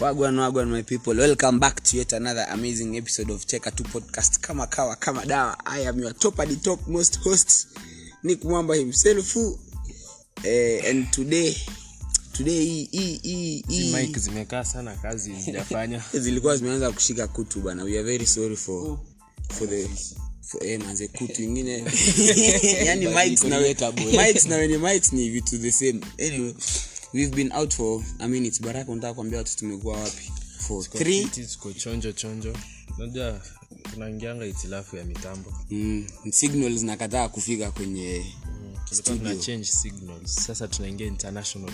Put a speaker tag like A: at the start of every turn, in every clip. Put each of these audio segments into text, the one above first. A: wagwan wagwan my people welcome back to yet another amazing episode of cheka 2 podcast kama kawa kama dawa i am your top and top most host nick mwamba himself eh, and today today hii- hii- hii- hii-
B: mike zimekaa sana kazi zijafanya
A: zilikuwa zimeanza kushika kutu bana we are very sorry for for the for- eh, manze kutu ingine yani mics na we- mics na wenye mics ni vitu the same anyway we've been out for a minute baraka unataka kuambia watu tumekuwa wapi for
B: Tuko
A: three
B: fiti, tuko chonjo chonjo najua tunaingianga itilafu ya mitambo
A: mm, signals nakataa kufika kwenye
B: tulikuwa tuna change signals sasa tunaingia international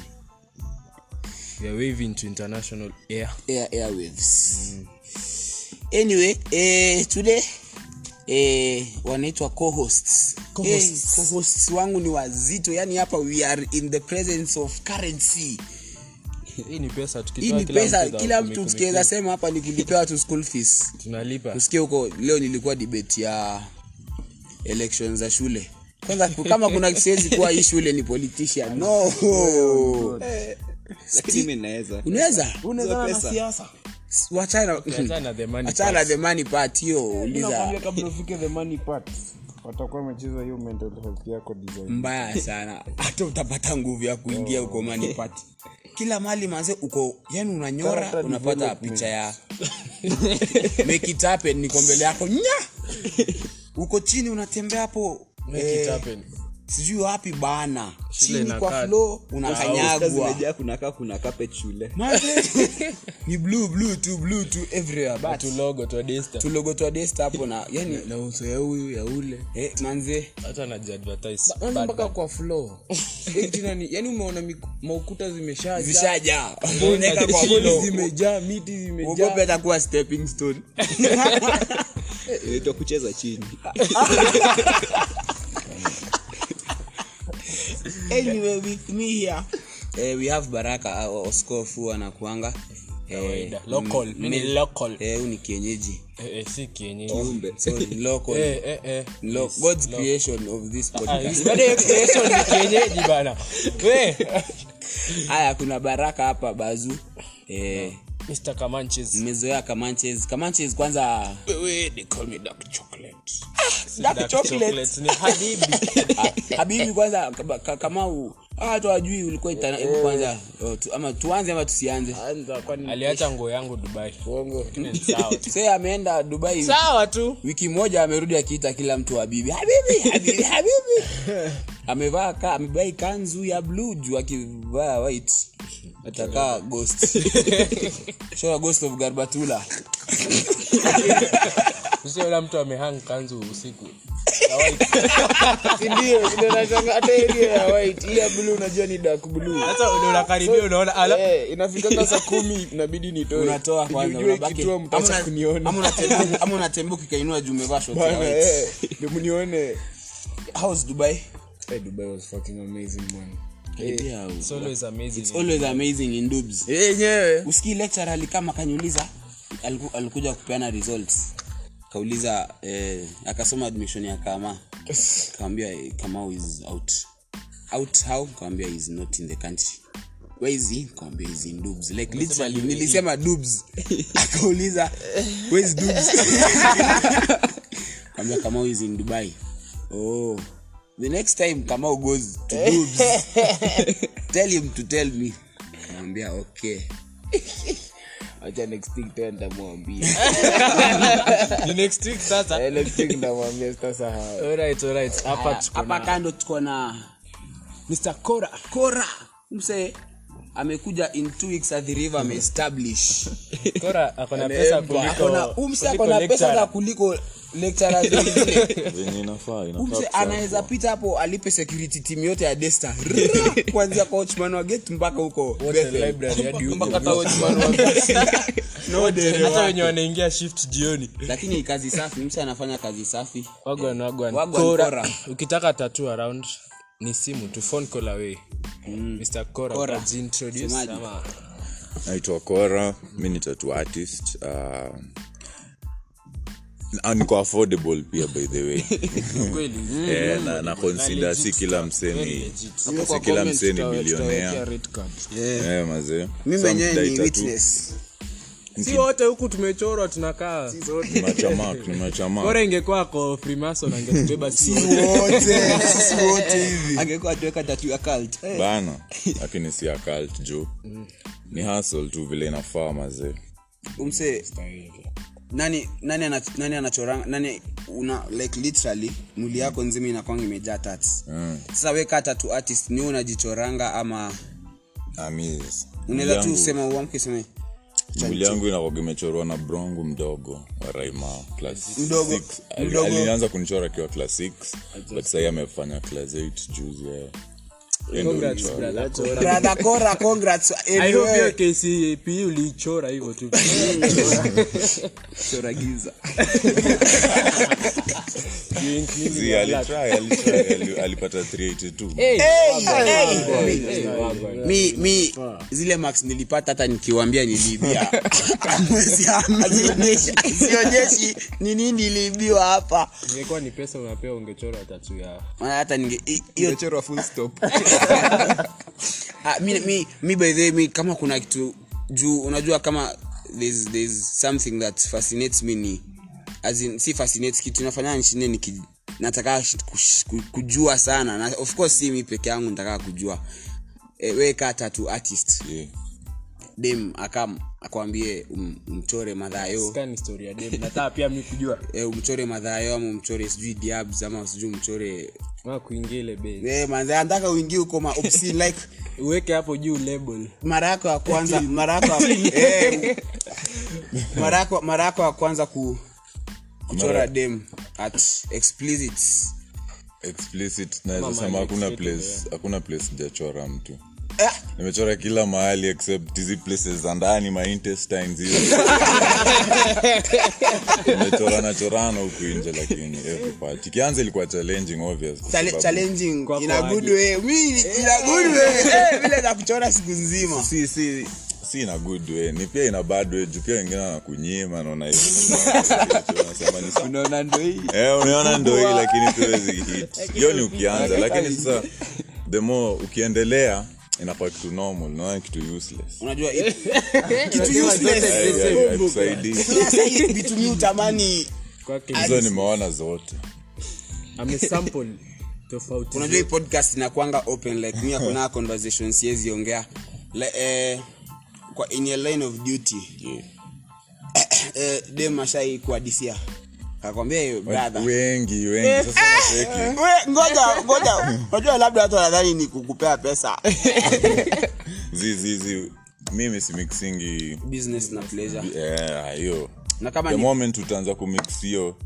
B: we are waving to international air
A: air, airwaves
B: Mm.
A: anyway eh, today eh, wanaitwa co-hosts. Eh,
B: Co-hosts.
A: co-hosts wangu ni wazito yani hapa we are in the presence of currency
B: hii ni pesa
A: hii
B: tukitoa
A: ni pesa
B: mtu
A: kila
B: kumi-
A: mtu
B: kumi-
A: tukiweza sema hapa ni kulipia watu school fees
B: tunalipa
A: Ah. usikie huko leo nilikuwa debate ya elections za shule kwanza kama kuna kitu siwezi kuwa hii shule ni politician no
C: lakini mi naweza
A: unaweza
C: Hizo pesa.
A: S- wachana
B: Achana na the money
A: achana na
B: part.
A: the money part hiyo
D: Nakwambia
A: uliza
D: kabla ufike the money part watakuwa wamecheza hiyo mental health yako design
A: mbaya sana hata utapata nguvu ya kuingia huko money part kila mali manze uko yani unanyora
D: Character
A: unapata
D: development.
A: picha ya make it happen niko mbele yako nya uko chini unatembea hapo
B: Make it
A: eh,
B: happen.
A: sijui wapi bana
B: Shule
A: chini kwa
B: inakaa-
A: flo
C: Sasa
A: unakanyagwa
C: zimejaa kunakaa kuna kapet shule
A: Manze, ni blue blue tu blue tu everywhere but
B: tulogo twadesta
A: tulogo twa desta hapo na yani na uso ya huyu ya ule eh, manze
B: hata najiadvertise
E: kwanza mpaka kwa floor Hiyo kitu nani- yaani umeona miku- maukuta zimeshajaa
A: zishajaa
B: Unaweka kwa
E: Kuni
B: floor.
E: zimejaa miti zimejaa
A: ogope atakuwa stepping stone
C: inaitwa kucheza chini
A: anyway with me here eh, we have baraka uh, oskofu anakuanga eh,
B: Local.
A: m-
B: Mi ni
A: mi-
B: local.
A: eh, huyu ni kienyeji
B: Eh, eh, si kienyeji
C: kumbe
A: Sorry, local.
B: Eh, eh, eh.
A: Lo- god's creation of this
B: Ah,
A: podcast
B: bado hiyo
A: eh,
B: creation ni kienyeji bana Eh. we
A: haya kuna baraka hapa bazu eh,
B: mr kamanches
A: mmezoea kamanches kamanches kwanza ah,
B: wewe they call me dark chocolate
A: Dark
B: Ah, Dark
A: chocolate.
B: chocolate ni hadibi
A: Ah, habibi kwanza kama- ka- kama u- hawa watu wajui ulikuwa itana- hebu kwanza oh, tu- ama tuanze ama tusianze
E: anza kwani
B: aliacha nguo yangu dubai
E: bongo
B: Lakini ni sawa tu.
A: se ameenda dubai
B: sawa tu
A: wiki moja amerudi akiita kila mtu habibi habibi habibi habibi amevaa ka, amebai kanzu ya bluu juu akivaa white atakaa ghost show ghost of garbatula
B: usiona mtu amehang kanzu usiku
E: Si ndio ndio nashanga hata ile ya white ile ya blue unajua ni dark blue
B: sasa ule unakaribia unaona ala
E: Eh, inafikanga saa kumi inabidi nitoe
A: unatoa kwanza
E: Nijue
A: unabaki-
E: kitua
A: ama
E: mtaacha
A: una-
E: kuniona
A: ama unatembea- ama unatembea ukikainua juu umevaa shoti ya
E: bana
A: white
E: eh ndio mnione
A: how's dubai
E: Eh, dubai was fucking amazing man
A: Yeah,
B: it's always amazing
A: it's always amazing in dubs
E: yenyewe
A: usikii lecture alikama akaniuliza aliku, alikuja kupeana results kauliza eh, akasoma admission ya kama kaambia eh, kamau is out out how kaambia is not in the country where is he kaambia is in dubs like literally nilisema dubs akauliza where is dubs kaambia kamau is in dubai oh the next time kamau goes to dubs tell him to tell me kaambia okay
E: acha next week tena nitamwambia
B: the next week sasa
E: Eh, next week nitamwambia sitasahau
B: alright alright hapa tuko
A: hapa
B: na
A: kando tuko na
B: mr kora
A: kora mse amekuja in two weeks at the river ameestablish
B: kora akona pesa kuliko
A: akona umse
B: kuliko
A: akona pesa za
B: lecturer.
A: kuliko lecturers wengine
F: venye inafaa
A: umse anaweza pita hapo alipe security team yote ya desta kuanzia coachman wa gate mpaka huko
B: Wote library hadi huko.
A: No day.
B: hata wenye wanaingia shift jioni
A: lakini kazi safi mse anafanya kazi safi
B: wagwan wagwan
A: Wagwan,
B: Kora.
A: Kora.
B: ukitaka tatu around ni simu tu phone call away mr kora
A: Kora.
B: ukajiintroduce
A: Semaji.
B: ama
F: naitwa kora mi ni tatu artist uh, na niko affordable pia by the way
B: kweli Mm,
F: yeah, na, na consider si kila
B: Very
F: mseni
B: legit.
F: si kila mseni bilionea
E: red card
F: yeah, mazee
A: mi
F: Some
A: mwenyewe
F: dai
A: ni
F: tattoo.
A: witness
D: si wote huku tumechorwa tunakaa
F: tunachamaa tunachamaa
D: bora ingekuwa ko freemason angetubeba si wote.
C: angekuwa tuweka tatu ya cult Eh,
F: bana lakini si akalt juu
B: Mm.
F: ni hasl tu vile inafaa mazee
A: umse nani nani anach- nani anachoranga nani una like literally mwili yako nzima inakwanga imejaa tats sasa we kaa tatu artist ni wewe unajichoranga ama unaweza tu sema uamke useme
F: mwili yangu inakuwaga imechorwa na brongu mdogo wa raimao class
A: Mdogo-
F: six. Ali-
A: mdogo.
F: alianza kunichora akiwa class 6 but sahii amefanya class 8 juzi eh. yeye. Yeye ndio
D: Congrats,
F: alichora.
D: brother.
A: brother Cora congrats
D: I hope your
A: anyway.
D: KCAP uliichora hivyo tu
C: chora giza
F: See, alitry, alitry, ali- alipata 382
A: mi mi zile max nilipata hata nikiwambia niliibia Hamwezi amini. sionyeshi ni nini niliibiwa hapa
D: ingekuwa ni pesa unapewa ungechora tatu ya
A: Maana hata ninge hi- hiyo
C: chora full stop
A: Ah, mi, mi, mi by the way, mi kama kuna kitu juu unajua kama there's, there's something that fascinates me ni as in, si fascinates kitu inafanya nishinde niki nataka kujua sana na of course si mi peke yangu nataka kujua e, we kaa tatu artist
F: Yeah.
A: dem akam akwambie um, umchore madhayo
D: scan story ya dem nataa pia mi kujua
A: e, umchore madhayo ama umchore sijui diabs ama sijui umchore
D: ma kuingia ile bei
A: e, manze anataka uingie huko ma obscene, like
D: uweke hapo juu label
A: mara yako ya kwanza mara yako ya- eh, mara yako- mara yako ya kwanza ku kuchora
F: Mara-
A: dem at explicit
F: explicit naweza
D: Mama
F: sema hakuna
D: explicit,
F: place hakuna place sijachora mtu
A: Ah!
F: nimechora kila mahali except hizi places za ndani my intestines hizo nimechorana chorana huku nje lakini every part ikianza ilikuwa challenging obvious kwa
A: Chale-
F: sababu
A: challenging
D: Kwako
A: ina good
D: aje.
A: way mimi ina good way eh vile za kuchora siku nzima
F: si si si ina good way ni pia ina bad way juu pia wengine wanakunyima naona hivi Unasema ni sawa.
C: unaona ndo hii
F: Eh, unaona ndo hii lakini tuwezi hit hiyo ni ukianza lakini sasa the more ukiendelea inakuwa kitu normal naona kitu useless
A: unajua it- kitu useless
F: Eh, eh, eh, haikusaidii.
A: sasa hii vitu mimi utamani
D: kwake
F: hizo nimeona zote
D: amesample tofauti
A: unajua hii podcast inakwanga open like mimi hakuna conversation siwezi ongea Le- eh, kwa in your line of duty eh, dem ashai kuadisia kakwambia hiyo brother
F: wengi wengi sasa nacheki.
A: We, ngoja ngoja unajua labda watu wanadhani ni kukupea pesa
F: Zi, zi, zi. mimi simixingi
A: business na pleasure
F: eh, hiyo
A: na kama
F: the
A: ni
F: moment utaanza kumix hiyo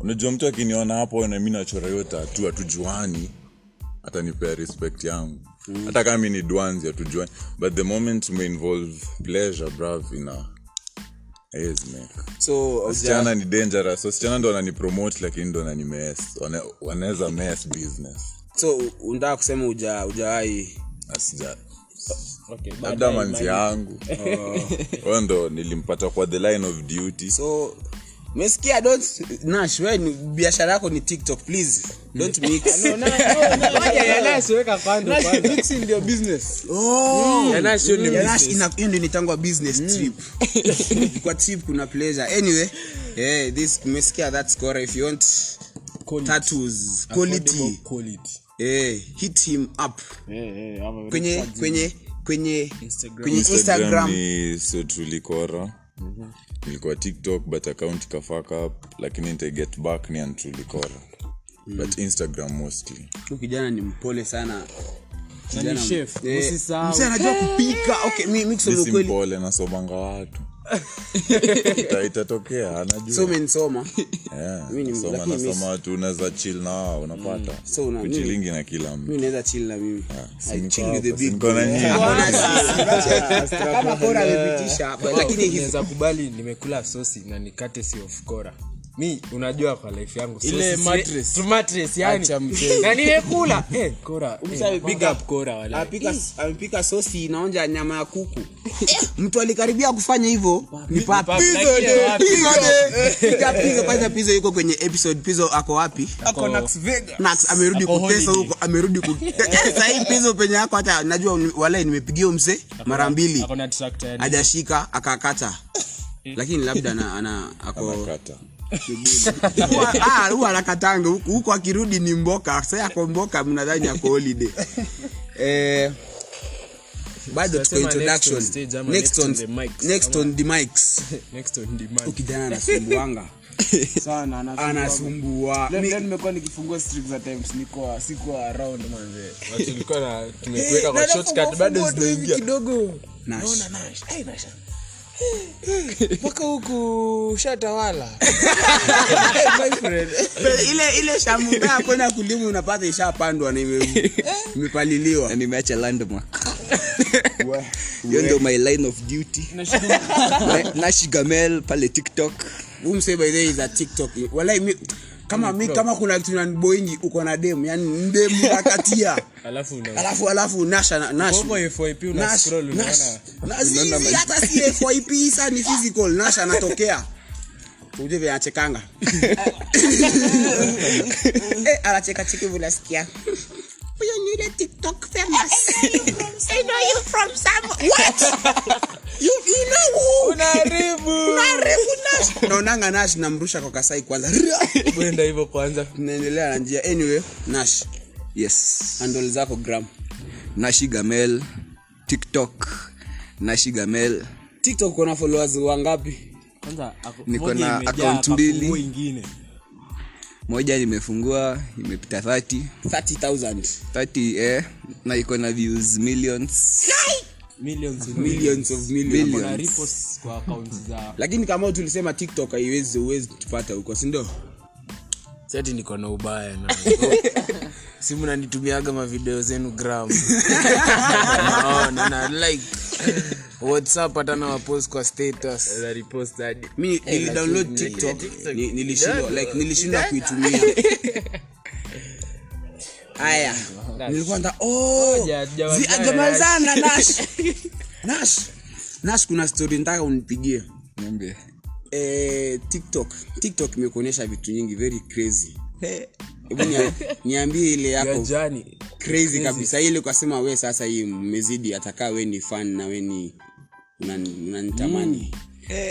F: unajua mtu akiniona hapo na mi nachora hiyo tatu hatujuani atanipea respect yangu hata kama mi ni dwanzi hatujuani but the moment umeinvolve pleasure brav ina haiwezi make.
A: so hauja-
F: wasichana ni dangerous wasichana ndo wananipromote lakini ndo wananimes Wana- wanaweza mess business
A: so unataka kusema uja ujawahi
F: asija
D: okay
F: labda manzi yangu huyo ndo nilimpata kwa the line of duty
A: so umesikia don't nash we ni- biashara yako ni tiktok please don't mix
D: yanasiweka kando kwanza
A: Oh.
D: Yanash, hiyo ni
A: Mm. Yanash,
D: business. Mm.
A: ina- hiyo ndio inatangwa business trip kwa trip kuna pleasure anyway eh this umesikia that score if you want tattoos quality eh hit him up kwenye kwenye kwenye kwenye
F: instagram
A: instagram Mhm.
F: ni sotulikora ilikuwa tiktok but account ikafaka up lakini nitaget back ni antulikora
A: Mm.
F: but instagram mostly
A: huyu kijana ni mpole sana Kijana-
D: chef,
A: Eh,
D: msisahau.
A: mzee anajua kupika okay mi mi kusema kweli
F: nisimpole nasomanga watu Ita- itatokea anajua
A: so umenisoma
F: Yeah,
A: mi ni-
F: nasoma-
A: lakini mi- Mm.
F: nasoma watu unaweza chill na wao unapata
A: So una-
F: kuchilingi na kila mtu
A: mi naweza chill na mimi I chill with the
F: Niko-
A: big
F: niko na nyinyi.
A: kama bora amepitisha but- lakini
D: lakini kubali nimekula sosi na nikate si of Cora.
B: mi unajua kwa life yangu sio
G: Ile
B: sisi-
G: mattress.
B: tu mattress, yani
H: Acha mchezo.
B: na nimekula eh, kora
G: Msawe,
B: eh,
G: big
B: kwanza
G: up.
B: kora wala
G: Apika- amepika sosi inaonja nyama ya kuku
A: mtu alikaribia kufanya hivyo ni Papi.
B: Papi,
A: Pizzo
B: lakini
A: Day,
B: wapi?
A: Pizzo Day. Piga Pizzo, kwanza Pizzo yuko kwenye episode Pizzo ako wapi Nax, amerudi
B: Ako
A: kutesa
B: holiday.
A: huko amerudi ku- sahii Pizzo penye yako hata najua ni- walai nimepigia mzee mara mbili
B: Ako na tractor yani.
A: hajashika akakata
B: Eh.
A: lakini labda ana, ana ako
F: kata
A: Huwa- ah, huwa anakatanga huku huku akirudi ni mboka sa ako mboka mnadhani ako holiday eh, bado tuko
B: Tunasema next on
A: introduction
B: stage ama
A: next on
B: the mics.
A: next on the mics
B: Next on demand.
A: ukijana anasumbuanga
H: sana anasumbua.
A: anasumbua
H: Leo-
A: Mi-
H: leo nimekuwa nikifungua streaks at times niko siko around manze
B: Watu tulikuwa na- tumekuweka kwa
A: Dada,
B: shortcut,
A: fungua,
B: bado
A: fungua tu hivi
B: zinaingia.
A: Nash.
H: mpaka huku shatawala
A: Pe- ile ile shamugaa kwenda kulimu unapata ishapandwa na ime- imepaliliwa
C: nimeacha landmark hiyo ndio my line of duty Na- nash gamel pale tiktok
A: umsebaiza tiktok walai mi, kama mi kama kuna kitu naniboingi uko na demu yani ndemu nakatia
B: Alafu una-
A: alafu alafu nasha nash
B: Hapo FYP una
A: Nash,
B: scroll, unaona.
A: Nash, na- si- si- hata si fyp isa ni physical nash anatokea uje vye anachekanga Eh, anacheka cheki vunasikia huyo ni yule tiktok famous I know you from somewhere. What? You, you know who? Unaharibu Nash. naonanga nash namrusha kwa kasai kwanza
B: Kwenda hivyo kwanza
A: naendelea na njia anyway nash
C: yes
A: handle zako gram
C: nashi gamel tiktok nashi gamel
A: tiktok kuna followers wangapi
C: Niko moja na imejaa, account akafungua mbili. moja nimefungua imepita 30
A: 30000
C: 30 eh, na iko na views millions
A: millions of millions.
C: Millions.
A: lakini kama tulisema tiktok haiwezi uwezi tupata huko sindo
B: sati niko na ubaya na simu nanitumiaga mavideo zenu gram naona na like whatsapp hata na wapost kwa status
A: mi nilidownload tiktok Eh, ni- nilishindwa like nilishindwa kuitumia haya nilikuwa nda oh
B: Moja,
A: zi-
B: hajamalizana,
A: hajamalizana nash nash nash kuna story nataka unipigie
C: niambie
A: eh, tiktok tiktok imekuonyesha vitu nyingi very crazy hebu nia- niambie ile yako
B: jani
A: crazy kabisa ile ukasema we sasa hii mmezidi atakaa we ni fan na we ni unani- unanitamani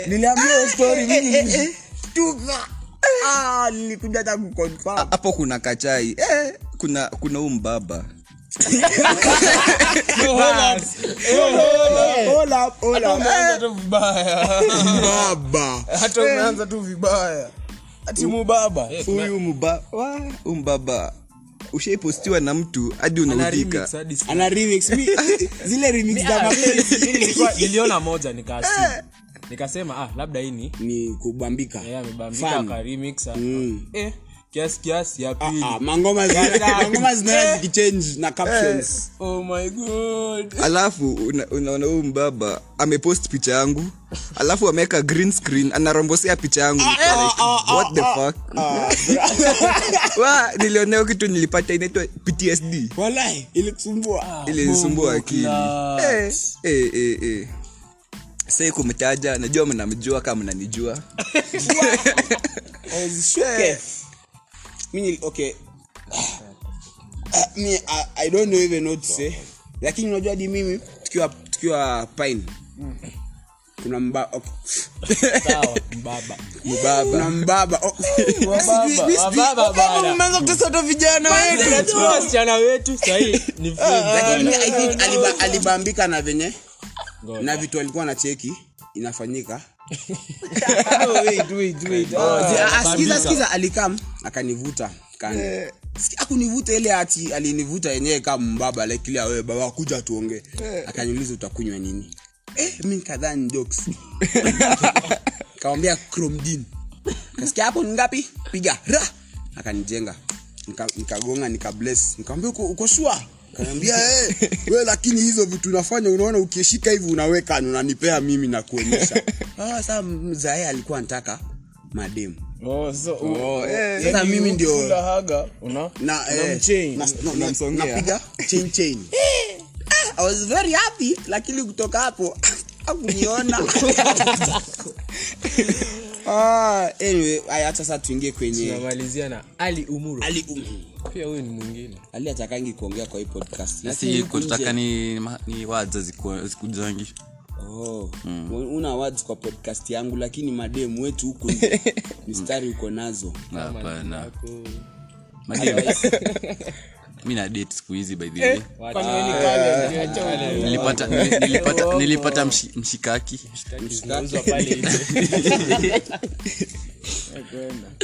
A: niliambia story mimi Stuka. Ah, nilikuja hata kuconfirm
C: hapo kuna kachai eh, kuna kuna huu mbaba
A: Oh,
B: Ah,
A: Hold up, hold up.
B: tu
A: Eh!
B: vibaya
A: Baba.
B: hata umeanza tu vibaya ati mubaba
A: Eh,
C: huyu mbaba huu mbaba ushaipostiwa na mtu hadi unaudhika
A: ana remix Mi- Ah. zile remix za mapenzi
B: niliona moja
A: Eh!
B: nikaasi nikasema ah labda hii ni
A: ni kubambika
B: Eh, amebambika
A: Fan.
B: akaremix aka- eh, kiasi kiasi ya pili
A: Mm. Ah, mangoma zina- mangoma zinaenda zikichange na captions
B: oh my god
C: alafu una- unaona huu mbaba amepost picha yangu alafu ameweka green screen anarombosia picha yangu
A: Ah,
C: Like, what the fuck Wa, nilioneo kitu nilipata inaitwa ptsd
A: walai
C: Ah,
A: ilikusumbua
C: ilinisumbua akili Eh, eh, eh, eh. sai kumtaja najua mnamjua kama mnanijua
A: Okay. Mimi- Eh. okay Ah, mi I, i don't know even what to say lakini unajua hadi mimi tukiwa tukiwa pine kuna mba okay. kuna mbaba oh, sijui- sijui-
B: bana.
A: mmeanza kutesa hata vijana wetu
B: wasichana wetu sahii ni
A: lakini mi, I think aliba- alibambika na venye na vitu alikuwa na cheki inafanyika Ah, ah, sikiza sikiza alikam akanivuta kando Siki- akunivuta ile ati alinivuta yenyewe kama mbaba like ile wewe baba kuja tuongee akaniuliza utakunywa nini eh mimi kadhani jokes kaambia cromdin kasikia hapo ni ngapi piga ra akanijenga Nika- nikagonga nika bless nikamwambia uko, uko shua kanaambia hey, we lakini hizo vitu unafanya unaona ukishika hivi unaweka unanipea mimi na kuonyesha ah, saa mzae alikuwa anataka mademu
I: Oh, so, oh,
A: eh,
I: yani
B: sasa mimi
I: you
B: ndio-
I: kula haga, una-
A: na eh,
B: Unamchain.
A: na- no, na-
J: Unamsongea.
A: napiga
B: chain chain
K: I was very happy lakini kutoka hapo akuniona
A: Ah, anyway haya acha sasa tuingie kwenye
B: tunamalizia na ali umuru
A: ali um,
B: pia huyu ni mwingine
A: ali atakangi kuongea kwa hii podcast Lakini
L: si
A: huku nje-
L: kutaka ni, ma- ni wadza zikujangi
A: Oh,
L: Mm.
A: una words kwa podcast yangu lakini mademu wetu huku nje, mistari uko nazo
L: hapana
B: Ku-
L: madem mi na date siku hizi by the way nilipata nili- nilipata nilipata mshi- mshikaki
A: Mshikaki.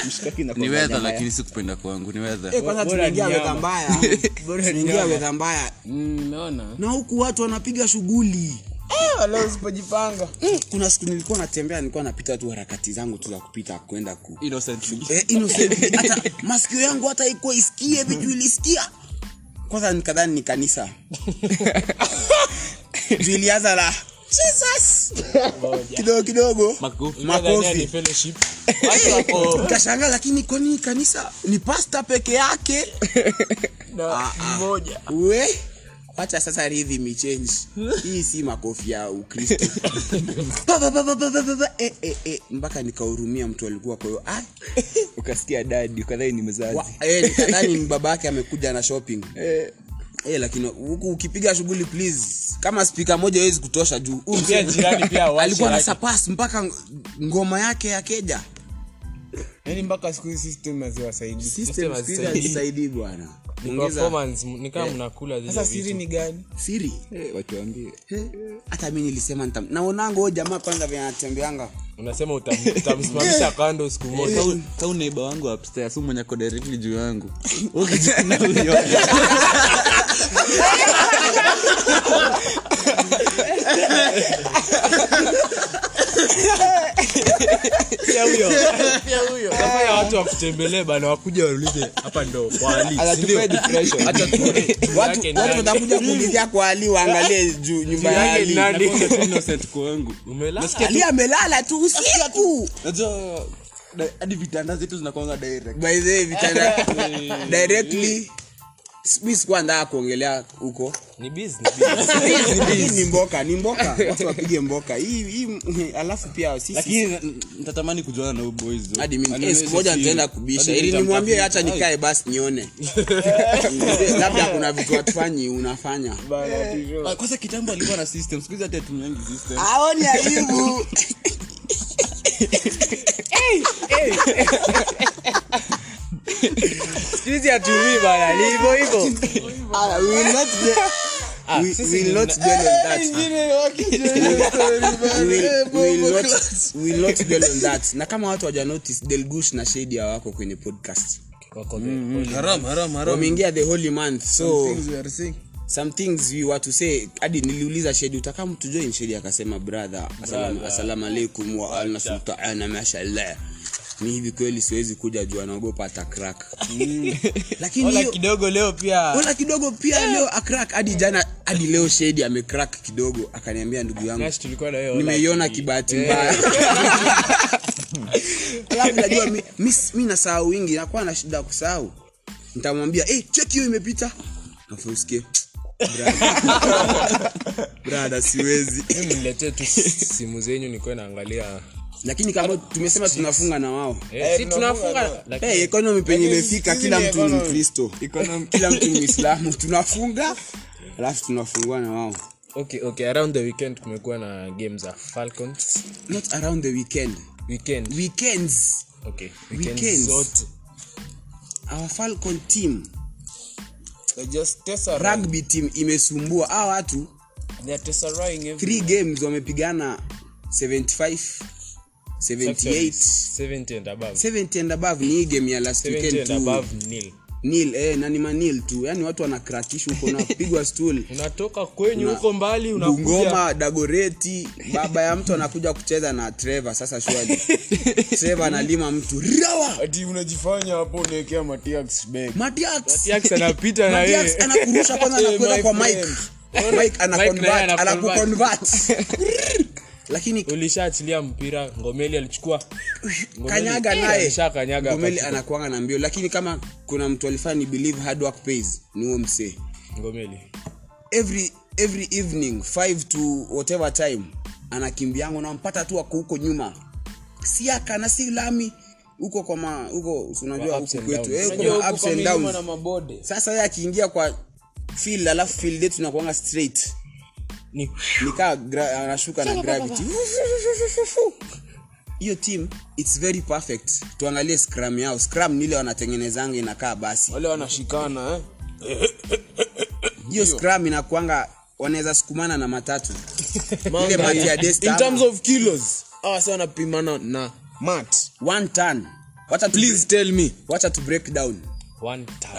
J: mshikaki na
L: ni wedha lakini sikupenda kwangu ni
A: Eh,
L: wedha
A: kwanza
B: Bora
A: tunaingia
B: ni
A: wedha
B: nyama.
A: mbaya tunaingia wedha mbaya
B: Mm, naona
A: na huku watu wanapiga shughuli
B: wala usipojipanga
A: Mm, kuna siku nilikuwa natembea nilikuwa napita tu harakati zangu tu za kupita kwenda ku
L: Innocently.
A: eh, innocent. hata masikio yangu hata ikuwa isikie viju ilisikia kwanza nikadhani ni kanisa juu ilianza la jesus kidogo kidogo makofi kashangaa lakini kwani ni kanisa ni pasta peke yake Ah, ah. we wacha sasa rhythm ichange hii si makofi ya ukristo Pa, pa, pa, pa, pa, pa, pa, pa. Eh, eh, eh. mpaka nikahurumia mtu alikuwa kwayo
J: ukasikia dadi ukadhai ni mzazi
A: eh, nikadhani ni baba yake amekuja na shopping Eh, lakini huku ukipiga shughuli please kama spika moja hawezi kutosha juu Huyu mzee
I: jirani pia awashe
A: alikuwa na
I: yake.
A: sapas mpaka ng- ngoma yake ya keja
B: yani Yaani mpaka siku hizi system haziwasaidii
A: System speed hazisaidii bwana
B: Ni
A: Ongeza
B: performance, ni
A: Eh.
B: kama mnakula zile
I: Sasa
B: vitu.
I: siri ni gani
A: siri
J: watuambie
A: Eh, hata mi nilisema nitam- naonanga huyo jamaa kwanza vyenye anatembeanga
B: unasema utam- utamsimamisha kando siku moja
A: Eh.
L: kau neiba wangu upstairs huyu mwenye ako directly juu yangu
B: Utafanya watu wakutembelee bana wakuja waulize hapa ndo
A: watu watu watakuja kuulizia kwa ali waangalie juu nyumba ya ali
B: waliumelala
A: ali amelala tu usiku
L: najua da- hadi vitanda zetu zinakwanga direct Eh.
A: by the way vitanda directly mi sikuwa ndaa kuongelea huko
B: ni business
A: Hii ni mboka ni mboka watu wapige mboka hii hii alafu pia sisi
L: lakini ntatamani kujuana na uboys
A: hadi mimi eh, siku moja nitaenda kubisha ili nimwambie hata nikae basi nione labda kuna vitu hatufanyi unafanya
L: Ah, kwanza kitambo alikuwa na system siku hizi hata tumiangi system
A: aoni aibu
B: sikuhizi atumii bana ni hivo hivo
A: I Ah, will not dwell-
B: Ah,
A: we- we'll not dwell on that.
B: Eh,
A: We- we'll not- we'll not dwell on that na kama watu waja notice delgush na shedi hawako kwenye podcast
I: Mm-hmm.
A: wameingia the holy month so some things we were to say hadi niliuliza shedi utakaa mtu join shedi akasema brother asalamu asalamu alaikum wa alna sultaana mashallah ni hivi kweli siwezi kuja juu anaogopa atakrak lakini hiyo-
B: kidogo leo pia
A: ola kidogo pia leo akrak hadi jana hadi leo shedi amekrak kidogo akaniambia ndugu yangu
B: Nash tulikuwa na eh, wewe Ola.
A: nimeiona kibahati mbaya alafu najua mi, mi, mi nasahau wingi nakuwa na shida ya kusahau nitamwambia hey, cheki hiyo imepita Alafu usikie "Brother." brada siwezi
B: Mimi mniletee tu simu zenyu nikuwe naangalia
A: lakini kama tumesema tunafunga na wao
B: Eh, si tunafunga lakini
A: hey, ekonomi penye imefika kila mtu ni mkristo kila mtu ni mwislamu tunafunga alafu tunafungua na wao
B: okay okay around the weekend kumekuwa na game za falcons
A: not around the weekend
B: weekend
A: weekends
B: okay weekend
A: Weekends.
B: zote
A: our falcon team
B: They just tesseract.
A: rugby team imesumbua hawa watu
B: They are tesserating every-
A: three games wamepigana 75
B: Actually,
A: 78
B: 70 and above
A: 70 and above ni hii game ya last
B: 70
A: weekend
B: and
A: tu
B: above nil
A: nil eh, nani manil tu yani watu wanakrakisha huko napigwa stool
B: unatoka kwenyu
A: Una-
B: huko mbali unakuja
A: bungoma dagoreti baba ya mtu anakuja kucheza na trevor sasa shwali trevor analima mtu rawa
I: ati unajifanya hapo unaekea matiaxbeg
A: matiax
B: Jackson anapita na
A: Matias
B: yeye
A: anakurusha kwanza na
B: Eh,
A: kuweka
B: my
A: kwa
B: friend.
A: mike mike
B: Mike naye
A: anaconvert
B: anaconvert.
A: anakuconvert lakini
D: ulishaachilia mpira ngomeli alichukua Ngomeli-
A: Kanyaga
D: Eh,
A: naye.
D: alishakanyaga
A: gomeli
D: akachukua.
A: anakuanga na mbio lakini kama kuna mtu alifaa ni believe hard work pays ni huo msee
D: ngomeli
A: every every evening 5 to whatever time anakimbiangu nampata tu ako huko nyuma siaka na si lami huko kwa ma huko si unajua
D: ups
A: huko
D: and
A: kwetu
D: downs.
A: eh,
D: Unajua
A: kwa
D: huku
A: ups
D: kwa
A: and
D: milima
A: downs
D: na mabode
A: sasa yeye akiingia kwa field alafu field yetu inakuanga straight
D: ni
A: nikaa gra- anashuka na gravity hiyo team its very perfect tuangalie scram yao scram nile wanatengenezanga inakaa basi
D: wale wanashikana eh?
A: hiyo scram inakuanga wanaweza sukumana na matatu ile mati ya
D: in terms
A: desta
D: of kilos hawa si wanapimana na mat
A: one ton wacha tu,
D: please tell me
A: wacha tu break down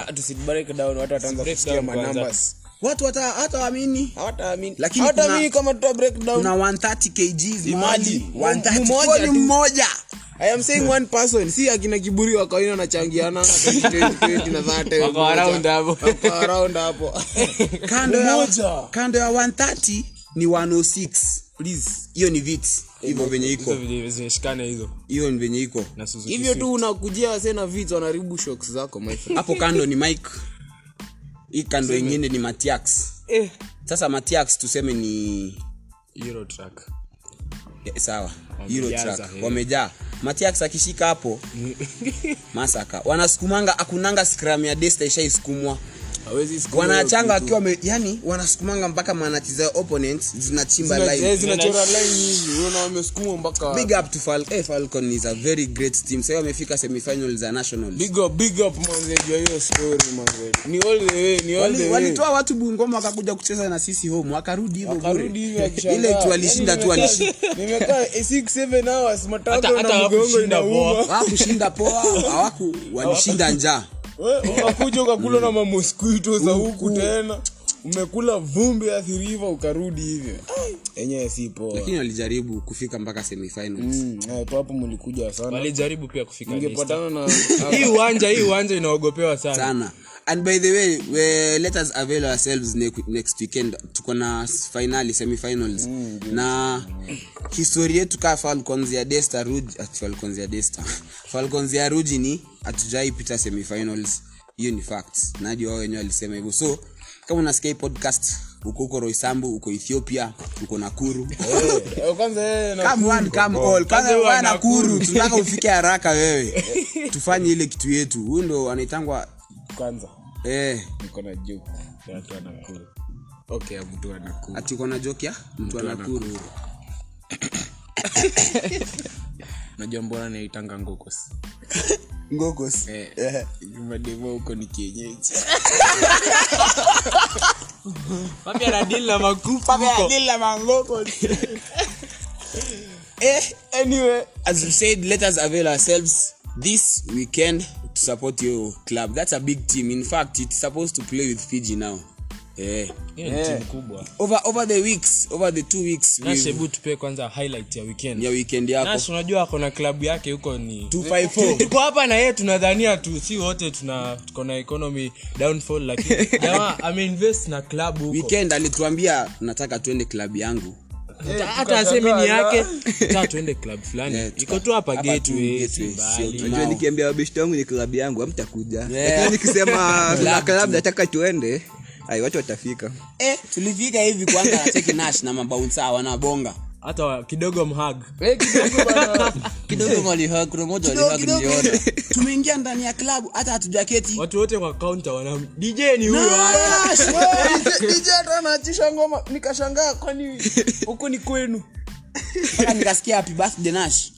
D: Ah, tusibareke down watu wataanza kusikia manumbers
A: watu hata hata waamini
D: hawataamini
A: Lakini
D: hawataamini
A: kuna-
D: kama tuta break down
A: kuna 130 kgs mahali
D: Imagine.
A: 130
D: Mmoja
A: Kwani
D: tu.
A: mmoja
D: I am saying one person si akina kiburi wa kawaida wanachangiana 20, 20 na 30
B: Wako around hapo.
D: Wako around hapo
A: kando ya,
D: Mmoja.
A: kando ya 130 ni 106 please hiyo ni vits hivyo venye iko
D: zimeshikana hizo
A: hiyo ni venye iko
D: hivyo tu unakujia wase na vitu wanaribu shocks zako my friend
A: hapo kando ni mike hii kando ingine ni matiax
D: Eh.
A: sasa matiax tuseme ni
D: euro track
A: Eh, sawa
D: Wamejaza,
A: Eurotrack,
D: eh.
A: wamejaa matiax akishika hapo masaka wanasukumanga akunanga scram ya desta ishaisukumwa
D: hawezi siku
A: wanaachanga wakiwa wame- yani wanasukumanga mpaka manati za opponents zinachimba line.
D: eh, zinachora line hivi unaona wamesukuma mpaka
A: big up to Fal eh, falcon is a very great team sahii wamefika semifinal za national
D: big up big up manze jua hiyo story manze ni all the way ni all the way
A: walitoa watu bungoma wakakuja kucheza na sisi home wakarudi hivyo bure.
D: Wakarudi hivi wakishangaa.
A: ile tu walishinda
D: Yaani
A: tu
D: nimekaa-
A: walishinda
D: nimekaa 6 7 hours
B: Hata-
D: matako
B: hata
D: na mgongo
B: hawakushinda
D: inauma
A: hawakushinda poa hawaku walishinda njaa
D: Wewe, ukakuja ukakula na mamoskito za huku tena umekula vumbi athiriva ukarudi hivyo enyewe si poa
A: lakini walijaribu kufika mpaka semifinals
D: Mm, eh, papo mlikuja sana
B: walijaribu pia kufika
D: ingepatana na
B: hii uwanja hii uwanja inaogopewa sana
A: sana and by the way we, let us avail ourselves ne next weekend tuko na s- finali semifinals mm, na histori yetu kaa falcons ya desta Ruj- ah, falcons ya desta falcons ya ruji ni hatujaipita semifinals hiyo ni fact nadi wao wenyewe walisema hivyo so kama unasikia hii podcast uko uko roisambu uko ethiopia uko nakuru
D: Eh, kwanza yeye na
A: Come one, come all. Kwanza wewe Nakuru, tunataka ufike haraka wewe tufanye ile kitu yetu huyu ndo anaitangwa
D: kwanza
A: eh,
D: niko na joke ya watu anakula okay mtu anakula
A: ati uko na joke ya mtu anakuru
D: najua mbona naitanga ngokos
A: ngokos
D: eh, mademo huko ni kienyeji
B: Papi anadili na makuku huko.
A: eh, anyway as you said let us avail ourselves this weekend to support your club that's a big team in fact it's supposed to play with fiji now eh.
B: Hiyo ni timu kubwa
A: over, over the weeks over the two weeks
B: Nash,
A: we've-
B: hebu tupe kwanza highlight ya weekend
A: ya weekend yako
B: Nash, unajua ako na klabu yake huko ni
A: 254
B: tuko hapa na yeye tunadhania tu si wote tuna tuko na economy downfall lakini jamaa ameinvest na klabu huko
A: weekend alituambia nataka tuende klabu yangu Eh,
B: Hata- hata asemi ni yake ta tuende club fulani
A: Yeah, tuka-
B: iko tu hapa
A: Eh, hapa tu
B: gateway si
A: gateway, sio
B: mbali
A: tu-
C: Unajua
A: Nao.
C: nikiambia wabeshi wangu ni klabu yangu amtakuja
A: Yeah.
C: lakini nikisema
A: Club
C: klabu nataka tuende ai watu watafika
A: eh, tulifika hivi kwanza nacheki nash na mabaunsa wanabonga
B: hata wa- kidogo mhag
A: Eh? kidogo walihakromoja walihakniona tumeingia ndani ya klabu hata hatujaketi Ah,
B: watu wote kwa kaunta wana dj ni huyo hapa.
D: djanaachisha ngoma nikashangaa kwani huko ni kwenu
A: Mpaka nikasikia happy birthday nash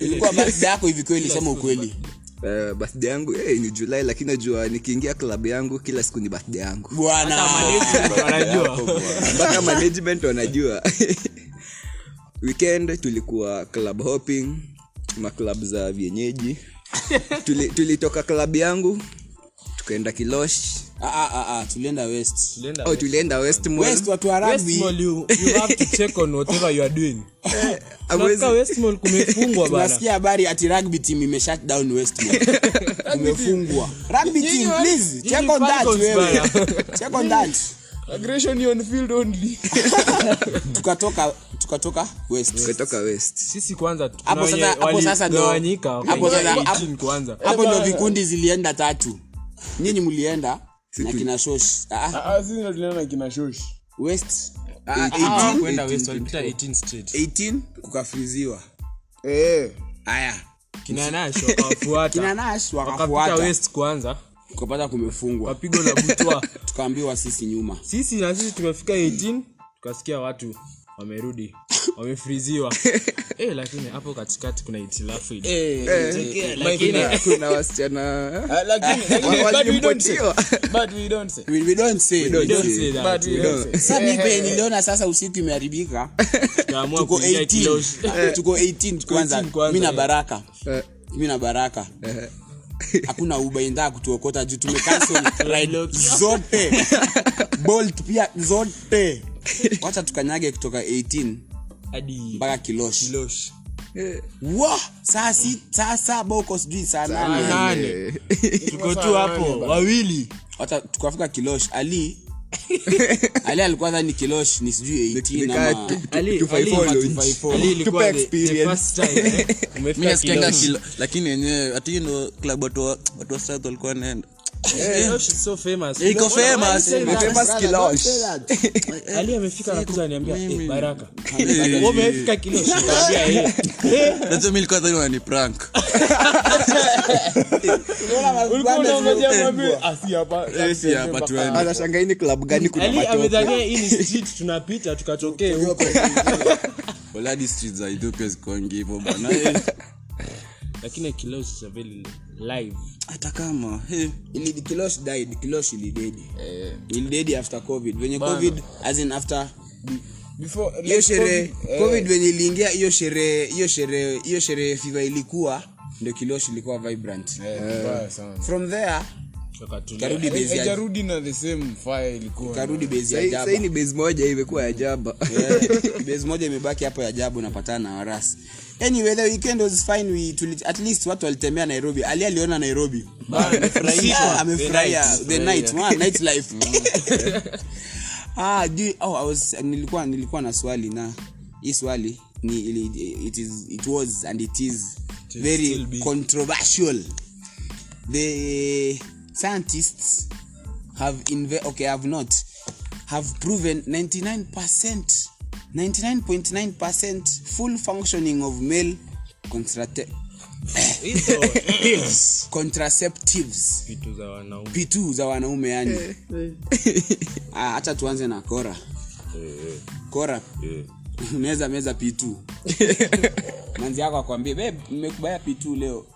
A: ilikuwa birthday yako hivi kweli sema ukweli
C: Uh, birthday yangu hey, ni julai lakini najua nikiingia klabu yangu kila siku ni birthday yangu
A: bwana Oh,
B: wanajua
C: mpaka management wanajua weekend tulikuwa club hopping maklab za vienyeji Tuli- tulitoka klabu yangu tukaenda kilosh
A: Ah, ah, ah, ah, tulienda west
C: au tulienda westmall.
A: west watu wa rugby
B: Westmall, you, you have to check on whatever you are doing
C: Hamwezi-
B: Unafika Westmall kumefungwa bana
A: tunasikia habari ati rugby team ime shut down westmore umefungwa rugby team please check on that
B: Falcons
A: wewe
B: bana.
A: check on that
D: aggression on field only
A: tukatoka tukatoka west
C: tukatoka west
B: sisi kwanza tu-
A: Hapo
B: kuna
A: sasa-
B: wenye
A: hapo sasa ndo-
B: waligawanyika,
A: hapo
B: wakaingia
A: sasa- hapo-
B: 18 kwanza
A: hapo ndo vikundi zilienda tatu nyinyi mlienda na kina shosh ah,
M: Ah, sisi ndo tuliona kina shoshi
A: west
C: Ah,
B: Ah,
C: 18,
B: kwenda west
C: 18,
B: walipita 18 straight
A: 18 kukafriziwa
M: eh
A: haya
B: kina nash wakawafuata
A: kina nash
B: wakapita
A: wakafuata
B: west kwanza
A: tukapata kumefungwa
B: wapigwa na butwa
A: tukaambiwa sisi nyuma
B: sisi na sisi tumefika 18 tukasikia watu wamerudi wamefriziwa eh, lakini hapo katikati kuna itilafu ili-
C: Eh, kuna, kuna wasichana
B: Eh, Ah, lakini- lakini- but we don't say-
C: walimpotiwa
B: but we don't say-
A: we, we don't say, Eh,
B: we don't say Eh, that.
C: We don't.
A: Sasa mimi penye niliona sasa usiku imeharibika
B: Tukaamua
A: tuko
B: kuingia
A: 18
B: kilosh.
A: Ah, tuko 18 kwanza
B: 18 kwanza,
A: mimi na
B: eh.
A: baraka
C: Eh.
A: mimi na baraka hakuna uba indaa kutuokota juu tumecancel ride zote bolt pia zote wacha tukanyage kutoka 18
B: Hadi
A: mpaka kilosh
B: kilosh. Eh.
A: wa saa si- saa saba huko sijui saa nane
B: Nane. tuko tu hapo wawili
A: hata tukafika kilosh ali ali alikuwa hata ni kilosh ni sijui 18
C: Nikaa
A: ama
C: tu- tu-
B: Ali-
C: 254
B: Ali-
C: launch.
B: 254. Ali ilikuwa
C: Tupe
B: the- the
C: experience.
B: first time, eh, umefika
L: mi nasikanga
B: kilosh.
L: kilo lakini wenyewe hati hiyo ndo club watu wa- watu wa south walikuwa wanaenda
B: Kilosh is so famous.
L: iko
B: Why you
L: famous.
B: say that?
C: Famous kilosh.
B: ali amefika nakuja niambia eh, baraka Wewe umefika kilosh Nikamwambia, eh,
L: nacho mi likuwa dhani wanani prank
B: ulikuwa unaongojea mwambie, "Ah,
L: Eh, si hapa tu yani.
C: anashangaa ni club gani kuna
B: ali
C: matope
B: amedhania hii ni street tunapita tukatokee huko
L: Wala hadi streets za ethiopia zikuangi hivo bana Eh,
B: lakini kilosh is a very live
L: hata kama eh.
A: Ili- kilosh died kilosh ilidedi ilidedi after covid venye covid as in after
M: before
A: hiyo sherehe
L: eh.
A: covid venye iliingia hiyo sherehe hiyo sherehe hiyo sherehe fiva ilikuwa ndio kilosh ilikuwa vibrant
L: Eh,
A: Eh.
M: mbaya sana
A: from there
B: tukatulia
A: karudi base ya
M: haijarudi na the same fire ilikuwa
A: karudi base ya jaba Eh.
C: sahii ni base moja imekuwa ya jaba
A: base moja imebaki hapo ya ajabu napatana na warasi anyway the weekend was fine we tuli, at least watu walitembea nairobi ali aliona nairobi Ah, amefurahia the night man, night life ah do oh i was nilikuwa nilikuwa na swali na hii swali ni ili- it is it was and it is very controversial the scientists have inve- okay have not have proven 99% 99.9% full functioning of male contrate-
B: hizo
A: contraceptives
B: vitu za wanaume
A: p2 za wanaume yani Ah, hacha tuanze na kora kora unaweza meza p2 manzi yako akwambie "Babe, nimekubaya p2 leo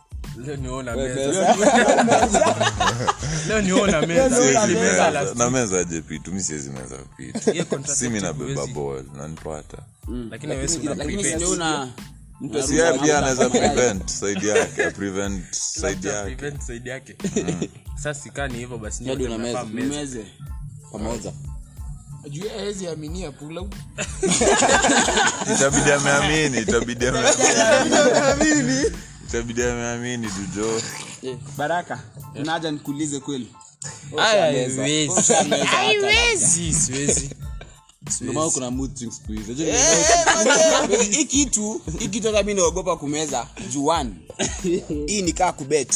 B: leo niona meza
F: na meza aje pitu mi siwezi meza pitu simi nabeba bol nanipata
B: lakini hawezi kuna
A: lakini si ndio una mtu
F: si yeye pia anaweza prevent side yake a prevent side yake
B: Ah, prevent side yake sasa sikani hivyo basi
A: hadi una meza
B: mnafaa meza.
A: mmeze pamoja
M: juu hawezi aminia pula
F: itabidi ameamini itabidi ameamini itabidi ameamini tujo
A: Eh, baraka unaja nikuulize kweli
B: Aya, haiwezi. Haiwezi, siwezi.
L: Ndomana kuna mood swings siku hizi. Unajua
A: hii kitu hii kitu hata mi naogopa kumeza juan hii nikaa kubet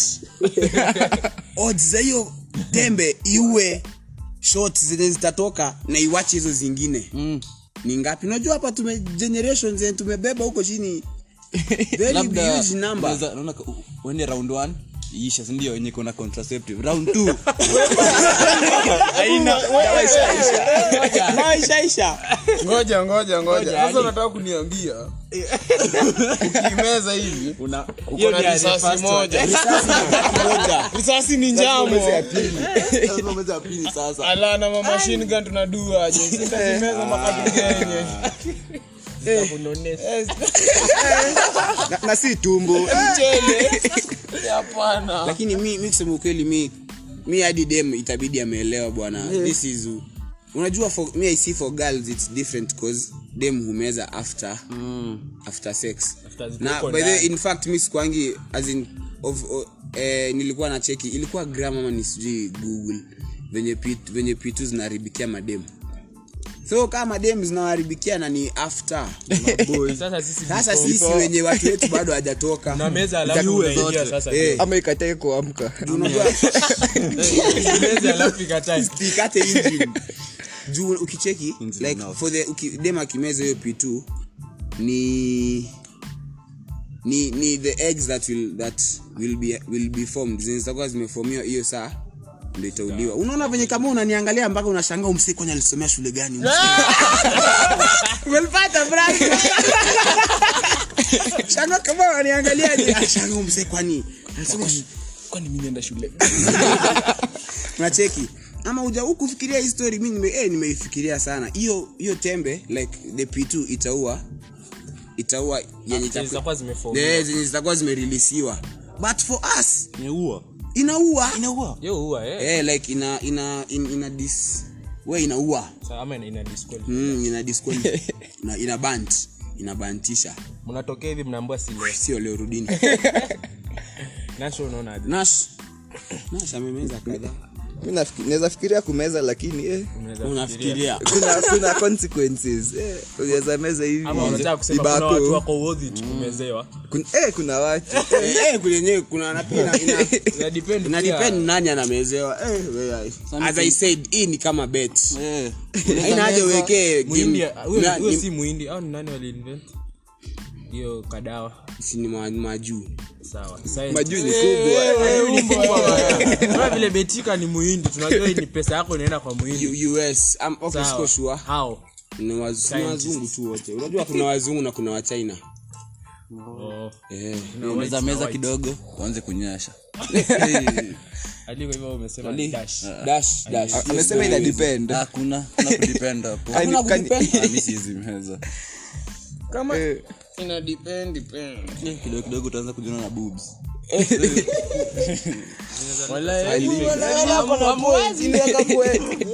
A: odds za hiyo tembe iwe shot zenye zitatoka na iwache hizo zingine ni ngapi unajua hapa tume generation zenye tumebeba huko chini very
L: labda
A: huge number
L: unaweza- naona ka- u- uende round one iisha sindio wenye kona contraceptive round two
A: maishaisha
M: ngoja ngoja ngoja sasa unataka kuniambia ukimeza hivi uko na risasi moja risasi ni njamo
L: Unaweza pili sasa
M: alana mamashini gan tunaduaje sitazimeza makatugenye
C: na, na si tumbo
A: lakini mi, mi kusema ukweli mi mi hadi dem itabidi ameelewa bwana this is unajua for, mi i see for girls it's different cause dem humeza after after sex
B: Mm. After ziko
A: na by the way, in fact mi sikwangi as in of, o, eh, nilikuwa na cheki ilikuwa gram ama ni sijui google venye p venye p2 zinaharibikia mademu so kama dem zinawaharibikia na ni after
B: sasa sisi
A: sasa sisi wenye watu wetu bado hajatoka
B: na meza alafu
A: Juu ya
B: unaingia
A: zote.
B: sasa
A: Eh,
C: ama ikatae kuamka
A: juu unajua
B: meza alafu ikatae
A: ikate engine. juu ukicheki like for the uki, dem akimeza hiyo p2 ni ni ni the eggs that will that will be will be formed Zenye zitakuwa zimeformiwa hiyo saa ndio itauliwa unaona venye kama unaniangalia mpaka unashangaa umsee kwenye alisomea shule gani msee? umepata brother. shangaa kama unaniangaliaje shangaa umsee kwani alisoma shule
D: kwani mi nienda shule
A: unacheki ama uja hukufikiria hii story mi nime, eh, nimeifikiria sana hiyo hiyo tembe like the p2 itaua itaua yenye itaku-
B: zitakuwa zimeform
A: Eh, zenye zitakuwa zimerelisiwa but for us inaua inaua
B: yo huwa eh
A: eh, like ina ina in, ina dis we inaua
B: Sasa ama ina- ina disqual
A: mm, ina disqual ina, ina bant inabantisha
B: mnatokea hivi mnaambua si leo
A: sio leo rudini
B: nacho unaona aje
A: nash nash amemeza kadhaa
C: mi nafikiri- naweza fikiria kumeza lakini eh,
B: Unaweza
A: unafikiria
B: fikiria.
C: kuna kuna consequences eh, unaweza meza hivi
B: ama unataka kusema kuna
C: ibako.
B: watu wako worthy tu kumezewa
C: Kun- eh, kuna watu
A: Eh, eh, kulenyewe kuna na pia ina- ina-
B: Ina depend
A: Ina
B: pia.
A: depend nani anamezewa eh, wewe. as i said hii ni kama bet
C: Eh.
A: haina haja uwekee
B: Muhindi,
A: game-
B: huyo-
A: na-
B: huyo
A: ni-
B: si muhindi au ni nani waliinvent hiyo kadawa
A: si ni ma- majuu
B: sawa Science.
C: majuu ni kubwa
B: Eh, umbo bwana. Kama vile betika ni muhindi tunajua hii ni pesa yako inaenda kwa muhindi
A: U- us I'm- okay,
B: Sawa.
A: siko sure.
B: Hao.
A: Ni waz- ni
B: Scientists.
A: wazungu tu wote unajua kuna wazungu na kuna Eh, wachina
B: Oh.
L: meza meza kidogo waanze kunyasha
B: Aliko hivyo umesema ni
A: Ah.
B: dash.
A: dash dash
C: amesema ina depend
L: hakuna kuna kudipenda hapo
C: Kani-
A: Hakuna
C: kani-
A: kudepend.
L: Ah, mi siwezi meza
C: eh,
A: Eh,
L: kidogo kidogo utaanza kujiona na boobs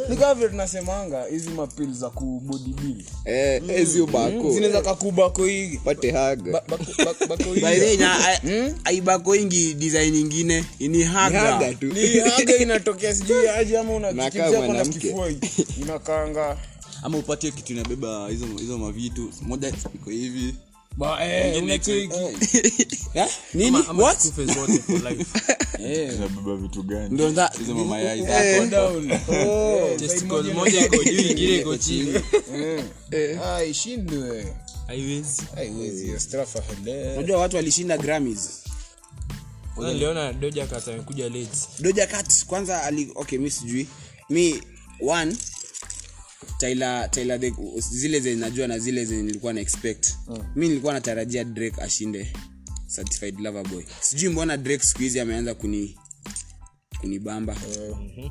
D: nikawa vile tunasemanga hizi mapil za kubodibil
C: eh, eh, zio bako
B: Mm.
D: zinaweza kakubako hii
C: pate haga
A: By the way, na-
L: Hmm?
A: ai- aibako ingi design ingine ni haga
C: haga tu
D: ni haga inatokea sijui aje ama
C: Nakaa
D: unakichako na
C: mwanamke.
D: kifua hiki. inakaanga
L: ama upatie kitu inabeba hizo hizo mavitu moja iko hivi
B: Ba, eh, umecheki.
A: Eh? nini
B: Ama
A: what
B: tukufe zote for life.
F: inabeba vitu gani
A: ndio nda-
L: hizo mamayai
A: Eh.
L: zako
B: Testicle moja iko juu ingine iko chini Eh. Ah,
D: ishindwe
B: haiwezi
D: haiwezi strafa hele
A: unajua watu walishinda grammys
B: Sasa niliona doja Cat amekuja late
A: doja cat kwanza ali okay mi sijui mi one Tyler, Tyler the, zile zenye najua na zile zenye nilikuwa na expect
B: Mm.
A: mi nilikuwa natarajia drake ashinde certified lover boy sijui mbona drake siku hizi ameanza kuni kunibamba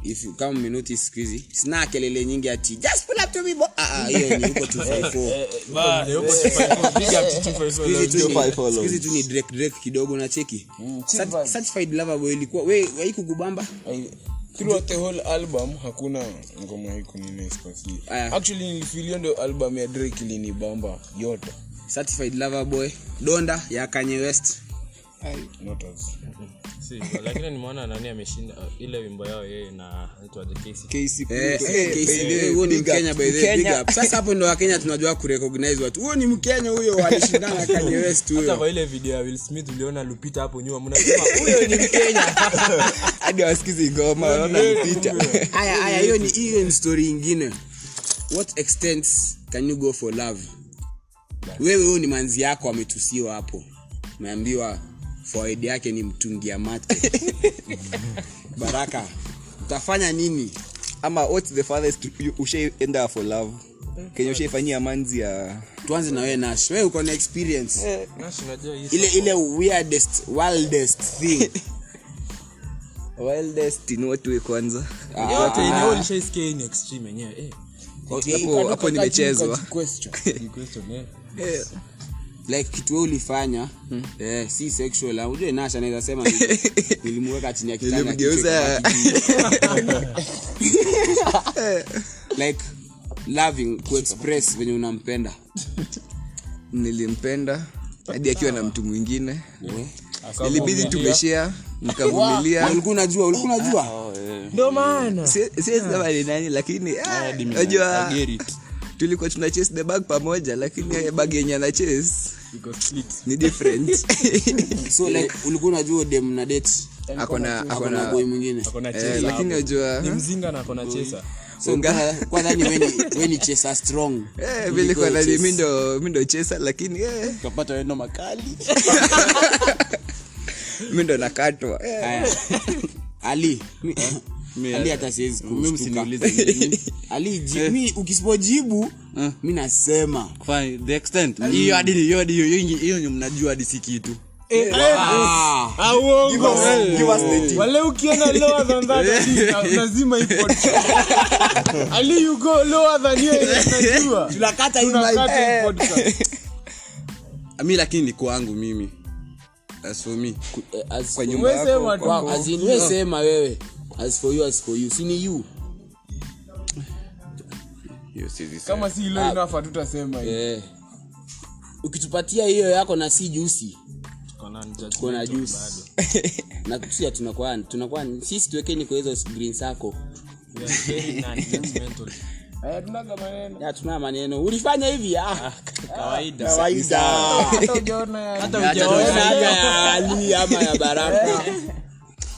A: if you- kama mmenotice siku hizi sina kelele nyingi ati just pull up to me bo ah ah, hiyo ni huko 254
B: Yuko
A: eh,
B: Tifa, big up to Tifa, hivyo
A: Siku hizi tu ni-
C: Five follows.
A: siku hizi tu ni drake drake kidogo nacheki Cert- certified lover boy ilikuwa we waikukubamba
D: throughout the whole album hakuna ngoma hii kuninespasi
A: Aya.
D: actually nilifilio ndo album ya drake ilinibamba yote
A: certified lover boy donda ya kanye west
D: not as
B: Si, lakini nimeona nani ameshinda uh, ile wimbo yao yeye na anaitwaje, KC.
A: Eh, eh, KCB, huo ni mkenya by the way, big up. sasa hapo ndo wakenya tunajua kurecognize watu huo ni mkenya huyo walishindana na kanye west
B: Hata
A: huyo
B: kwa ile video ya Will Smith uliona Lupita hapo nyuma mnasema huyo ni
C: hadi awasikizi ngoma
B: Yaani
C: wanaona ni picha
A: haya haya hiyo ni hiyo ni story ingine what extent can you go for love wewe huyo ni manzi yako ametusiwa hapo umeambiwa forward yake ni mtungi ya mate baraka utafanya nini
C: ama what's the farthest you- ushaenda for love kenya ushaifanyia manzi ya
A: tuanze na wewe nash wewe uko na experience
B: Eh, Nash, unajua hii
A: ile ile weirdest wildest thing
C: wildest in what way kwanza Ah,
B: yote yenye eh, wewe ulishaisikia hii ni extreme yenyewe eh
C: hapo hapo nimechezwa
A: like kitu we ulifanya
C: Hmm.
A: eh, si sexual ah, ujue nasha naweza sema nilimuweka chini ya kitanda
C: nilimgeuza
A: like loving kuexpress venye unampenda
C: nilimpenda hadi akiwa
B: Ah.
C: na mtu mwingine ilibidi tumeshea nikavumilia
A: ulikuwa unajua
C: Oh.
A: ulikuwa unajua
C: Si- siwezi sema ni nani lakini ah, unajua tulikuwa tuna chase the bag pamoja lakini bag yenye ana chase
B: Iko split.
C: ni different
A: so like ulikuwa unajua dem na date
C: ako na ako
A: ako na
C: na
A: boy mwingine
B: Ako na
C: eh,
B: chesa
C: lakini
B: hapo.
C: najua
B: Ni mzinga na ako na chesa.
A: so kwa- kwa dhani weni weni chesa strong
C: eh,
A: Ulikuwa
C: vilikuwa nani
A: chase.
C: mi ndo mi ndo chesa lakini eh,
L: kapata weno makali
C: mi ndo nakatwa eh.
A: Aya. ali ali hata siwezi
L: Mimi
A: kushtuka.
L: msiniulize mimi.
A: ali ji- mi ukisipojibu mi nasema
L: Fine, the extent hiyo hadi hiyo hadi hiyo hiyo- hiyo ndio mnajua hadi si kitu
A: Ah,
B: Ah, uongo.
L: give us the tea.
B: Wale ukienda lower than that, Ali, lazima ipo. Ali, you go lower than hiyo yenye tunajua.
L: tunakata hii
B: Tunakata
L: mic.
B: hii podcast.
L: mi lakini ni kwangu mimi As for me
A: ku- eh, as for-
B: We sema tu.
A: Wow, as in, we sema wewe as for you as for you sini you
L: hiyo siwezi sema.
B: kama si ilo enough hatutasema hiyo.
A: eh. ukitupatia hiyo yako na si jusi tuko na jusi na tusia tunakwani tunakwani sisi tuwekeni kwa hizo green sako
B: We are very non-judgmental. Eh, tunaga maneno.
A: tuna maneno ulifanya hivi ah.
B: Hata hujaona ya-
A: Ona hata ya Ali ama ya Baraka.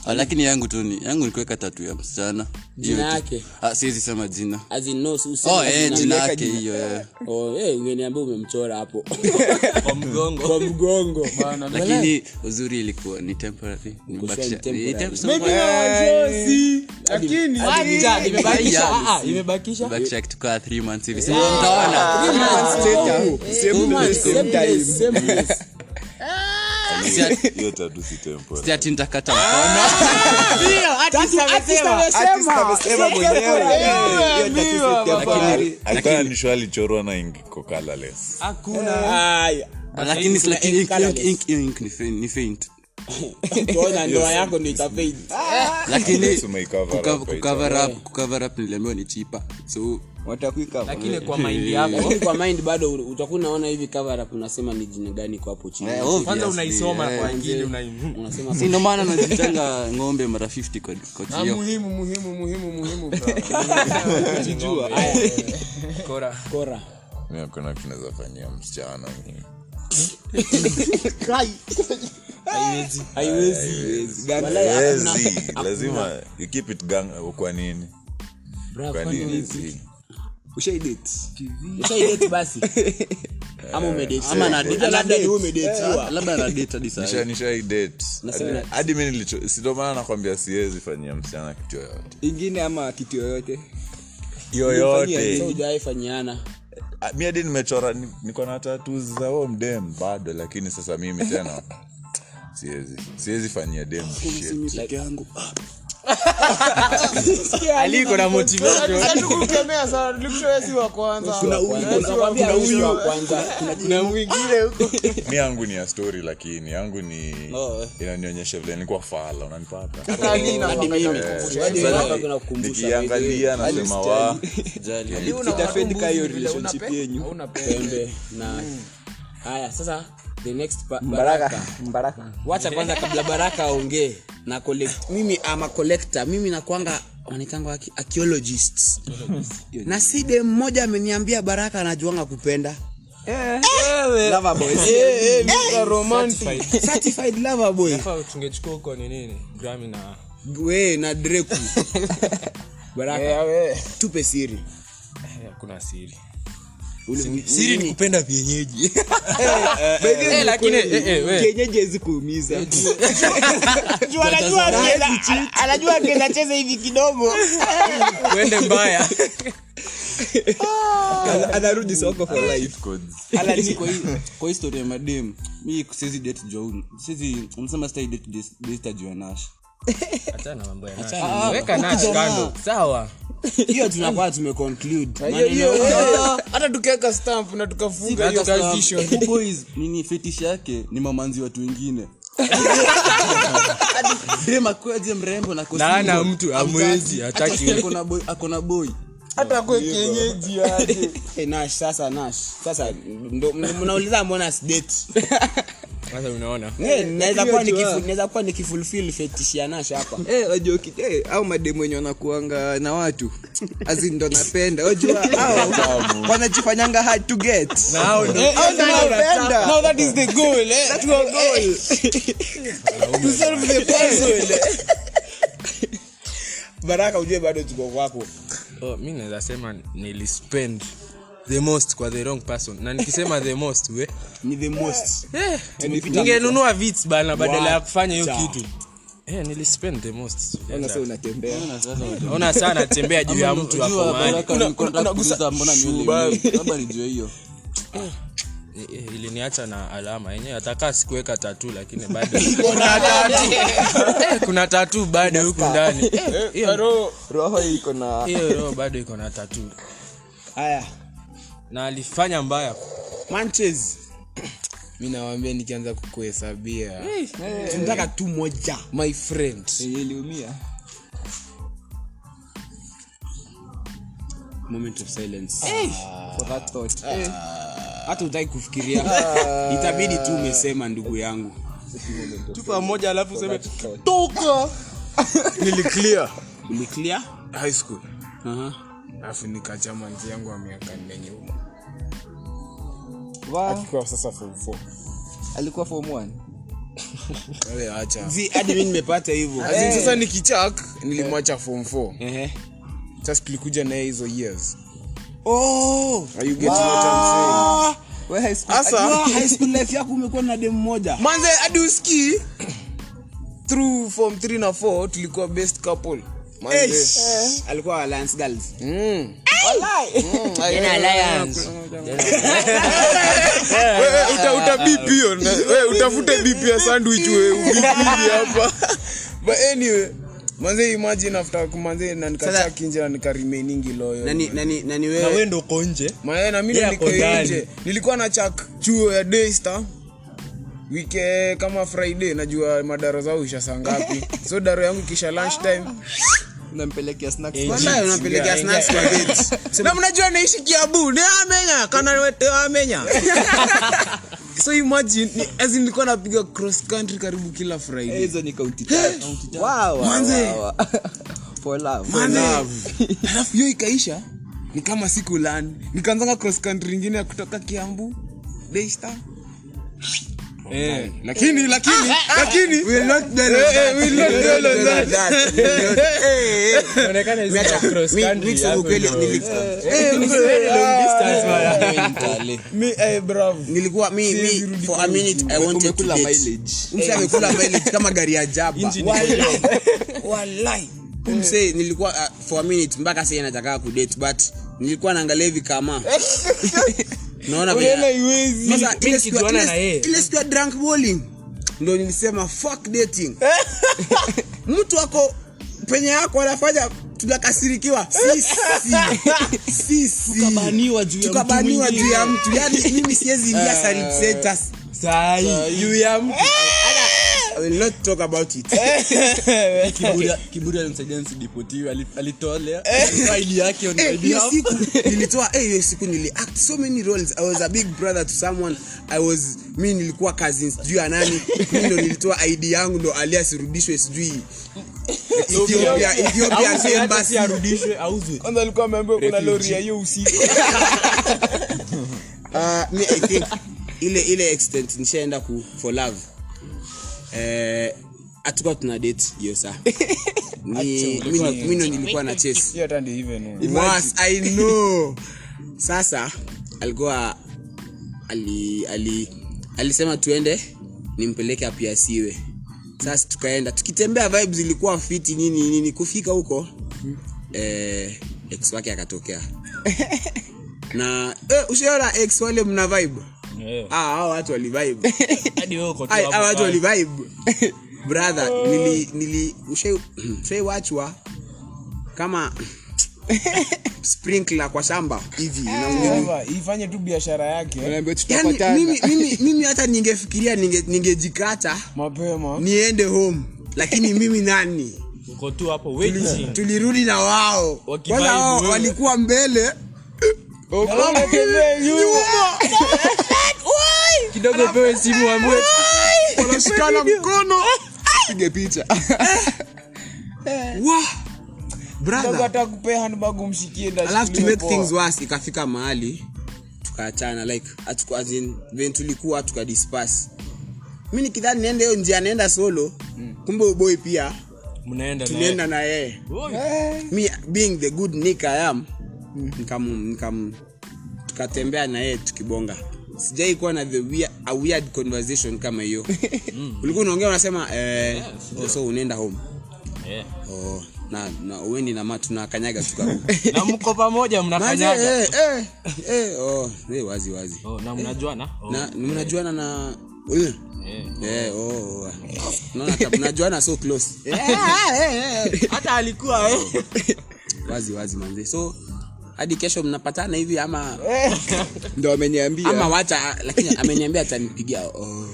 L: Ah, lakini yangu tu ni yangu ni kuweka tatu ya msichana Hiyo
A: Jina
L: tu.
A: yake?
L: Ah, siwezi sema jina
A: As in, no, si useme
L: oh eh,
A: jina.
L: jina yake hiyo eh.
A: Oh, eh, ungeniambia umemchora hapo kwa mgongo
L: lakini uzuri ilikuwa ni temporary
A: Ilikuwa ni
L: nimebakisha-
A: temporary.
L: eh, tem-
B: Maybe na wajosi. Lakini-
A: Ah,
L: imebakisha-
B: imebakisha
L: nimebakisha kitu kaa three months hivi Sasa mtaona Si-
F: hiyo tatu si tempo
L: si ati nitakata mkono
F: alikuwa nisho alichorwa na ingiko colorless
L: lakini si- lakini ink- ink- ink- ink ni faint- ni faint
A: tuona ndoa yako ndio itafei
L: lakini
F: Yes, umeikava
L: kuka-
F: up,
L: kucover up- kucover up niliambiwa ni chipa so
B: lakini
L: Eh.
B: kwa maindi yako
A: kwa mind bado utakuwa unaona hivi cover up unasema ni jina gani kwa hapo chini
B: kwanza unaisoma
L: eh,
B: kwa wengine unai-
A: unasema
L: si ndo maana najitanga ng'ombe mara 50 kwa kwa
B: Ah,
L: kio
B: muhimu muhimu muhimu muhimu kora
A: kora
F: mi akona tunaweza fanyia msichana mimi. Haiwezi, lazima you keep it gang uh, kwa nini kwa nini si
A: ushaidate basi ama umedate
L: ama na date
A: labda Eh, ni wewe umedatiwa
L: labda na date hadi sasa
F: nishai date Hadi- hadi mi nilicho sindomana nakwambia siwezi fanyia msichana kitu yoyote
C: ingine ama kitu yoyote
A: so
F: yoyote
A: hujawahi fanyiana
F: Ah, mi hadi nimechora ni- niko na tatu za huo mdem bado lakini sasa mimi tena siwezi siwezi fanyia dem shit.
L: aliko na motivation
B: tukukemea sana tulikushawesi wa kwanza
A: Nakwambia huyu wa kwanza
F: mi yangu ni ya story lakini yangu ni
A: Oh.
F: inanionyesha vile nilikuwa fala unanipata Eh.
A: kuna kukumbusha
F: nikiangalia nasema wa
C: itafedika hiyo relationship yenyu
A: pembe na haya sasa the next ba- baraka wacha kwanza kabla baraka aongee na collect mimi ama collector mimi nakwanga wanaitangwa arche- archaeologist na si dem mmoja ameniambia baraka anajuanga kupenda Eh, certified lover boy
B: tungechukua huko ni nini grami na
A: we na dreku baraka tupe siri
B: eh, kuna siri
A: Uli-
L: siri ni kupenda vienyeji
B: Eh,
C: kienyeji hezi kuumiza
E: anajua akienda cheza hivi kidogo
L: uende mbaya
C: Ana- anarudi soko for life
L: Lakini kwa hii- kwa hii story ya madem mi siwezi date jua siwezi unasema sitai date des- Desta jua nash
B: weka nacho kando sawa
A: hiyo tunakuwa tumeconclude
B: hata tukiweka stamp na tukafunga hiyo
L: Hata
B: transition
L: sasa, boys nini fetish yake ni mamanzi watu wengine dem akuaje mrembo na kosi-
B: Laana mtu, hamwezi,
L: hamtaki. Hata
B: hataki.
L: si ako na boy- ako na boy
B: hata kwe kienyeji yake
A: Hey, Nash, sasa Nash, sasa ndo- mnauliza mbona sidate
B: sasa unaona
E: Eh, naweza kuwa
L: ah.
E: nikifu- naweza kuwa nikifulfil fetish ya nash hapa
C: Eh, wajua ki- eh, au mademu wenye wanakuanga na watu azi ndo napenda wajua hao wanajifanyanga hard to get
B: Eh,
C: Hao ndo wanapenda.
B: now that is the goal eh to our goal to solve the puzzle
E: baraka ujue bado tuko kwako
B: oh, mi naweza sema nilispend the most kwa the wrong person na nikisema the most we
L: ni the most
B: Eh, ningenunua vits bana badala ya
E: Wacha.
B: kufanya hiyo kitu Eh, nilispend the most
C: unasema unatembea
B: ona sana natembea juu ya mtu hapo mahali
L: nijue hiyo
B: Eh, eh, iliniacha na alama yenyewe atakaa sikuweka tatu lakini bado Eh, kuna tatu bado huku ndani Eh, hiyo-
C: roho iko na
B: hiyo roho bado iko na tatu
E: haya
B: na alifanya mbaya
E: manches
D: mi nawambia nikianza kukuhesabia
E: tunataka tu moja
D: my friend
L: iliumia
A: moment of silence
C: Ah.
L: Eh,
E: hata utaki kufikiria
A: itabidi tu umesema ndugu yangu
B: moja alafu seme
D: niliclear
A: uliclear
D: high school
A: Aha.
D: alafu nikachama nzi yangu wa miaka nne nyuma
M: Kwa sasa form four.
L: alikuwa form one
D: ale acha
A: Zi, hadi mi nimepata hivyo
D: As in, sasa nikichak nilimwacha form 4 sasa tulikuja naye hizo years Are you getting what I'm saying?
L: we high school
D: Asa,
A: high school life yako umekuwa na demu moja
D: manze hadi usikii through form 3 na 4 tulikuwa best couple Manze.
A: alikuwa alliance girls Yaani
D: Mm. Mm, I-
F: Wewe, uta- uta beep hiyo, na- wewe, utafute beep ya sandwich wewe, ubeep hivi hapa
D: but anyway manze imagine after kumanze na nikachaki nje na nikaremainingi loyo
A: nani nani nani wewe
B: nawe ndo uko nje
D: Maana na mimi
B: Yeah,
D: nilikuwa
B: kodani.
D: nje. Nilikuwa na chak chuo ya Daystar. Wike eh, kama Friday najua madaro zao isha saa ngapi. so daro yangu kisha lunch time.
L: unampelekea snacks
A: Ah.
C: Eh.
A: Wallahi, unapelekea snacks kwa gate.
D: Na mnajua naishi Kiabu, ni amenya kana wete amenya. so imagine ni, as in nilikuwa napiga cross country karibu kila Friday.
L: hizo ni kaunti tatu. Wow, wow,
D: Manze.
L: wow, wow. For love.
D: Manze. Alafu hiyo ikaisha ni kama siku land. Nikaanzanga cross country nyingine ya kutoka Kiambu Daystar. Eh, lakini lakini lakini Eh, we're ah. not done on that. We're not done on that.
B: inaonekana hizo cross country
A: yaani
B: hapo ndio- Eh,
A: Eh,
D: Mi- eh, bravo.
A: nilikuwa mi, mi for a minute i wanted to date
B: Eh,
A: mse amekula mileage kama gari ya jaba wallahi mse nilikuwa uh, for a minute mpaka sasa nataka kudate but nilikuwa naangalia hivi kama naona vile- Sasa, ile siku ya-
B: nikijuana
A: ile-
B: na yeye.
A: ile siku ya drunk bowling ndo nilisema fuck dating mtu ako penye yako anafanya tunakasirikiwa sisi sisi
B: Tukabaniwa juu ya mtu
A: Tukabaniwa
B: mwingine.
A: juu ya mtu yani mimi siwezi ingia Sarit Centers.
B: Sahi.
A: I will not talk about it
L: Kiburia- kiburia alimsaidia nisideportiwe, ali- alitolea ID yake on
A: Eh,
L: ID
A: hiyo
L: yao.
A: siku nilitoa eh, hiyo siku niliact so many roles i was a big brother to someone i was mi nilikuwa cousin sijui ya nani mi ndo nilitoa id yangu ndo aliasirudishwe sijui Ethiopia- Ethiopia embassy.
D: kwanza alikuwa ameambiwa kuna lori ya hiyo usiku
A: Uh, mi i think ile ile extent nishaenda ku for love eh, hatukuwa tuna date hiyo saa Ni- mi ndo- mi ndo nilikuwa na chase
D: hiyo hata ndio even no.
A: Was, I know. sasa alikuwa ali, ali, alisema tuende nimpeleke apiasiwe sasa tukaenda tukitembea vibes ilikuwa fiti nini nini kufika huko eh, ex wake akatokea na eh, ushaona ex wale mna vibe ah, hao watu walivibe
B: Hadi wewe uko tu
A: Ai,
B: hapo
A: hawa watu
B: pale.
A: walivibe brother nili nili ushai- ushai wachwa kama sprinkler kwa shamba hivi na-
D: Sasa, ifanye tu biashara yake
C: Unaambiwa
A: Yaani,
C: tutapatana.
A: mimi- mimi- mimi hata ningefikiria ninge- ningejikata
D: mapema
A: niende home lakini mimi nani
B: Uko tu hapo waiting.
A: tulirudi na wao
B: Wakivibe
A: kwanza wao
B: wewe.
A: walikuwa mbele
D: Unatembea nyuma.
B: kidogo pewe simu ambwe
D: wanashikana mkono
C: pige picha
A: Eh.
D: Wa! brother
B: atakupea handbag umshikie ndio
A: alafu to
B: ashikiliwe
A: make
B: poa.
A: things worse ikafika mahali tukaachana like atuku- as in, venye tulikuwa tukadispas mi nikidhani niende hiyo njia naenda solo kumbe uboi pia
B: mnaenda na
A: tulienda na yeye mi being the good nick i am nikam nikam tukatembea na yeye tukibonga sijai kuwa na the weird, a weird conversation kama hiyo ulikuwa unaongea unasema eh, so unaenda home
B: Yeah.
A: oh, na, na uendi na ma tunakanyaga tukarudi
B: na mko pamoja mnafanyaga
A: Manze, eh, eh, eh, oh, eh, wazi wazi
B: oh, na mnajuana oh.
A: na ni mnajuana na eh, eh, oh, oh. Naona hata mnajuana so close
B: hata alikuwa eh.
A: wazi wazi manze so hadi kesho mnapatana hivi ama
C: ndo ameniambia
A: ama wacha ah, lakini ameniambia atanipigia oh.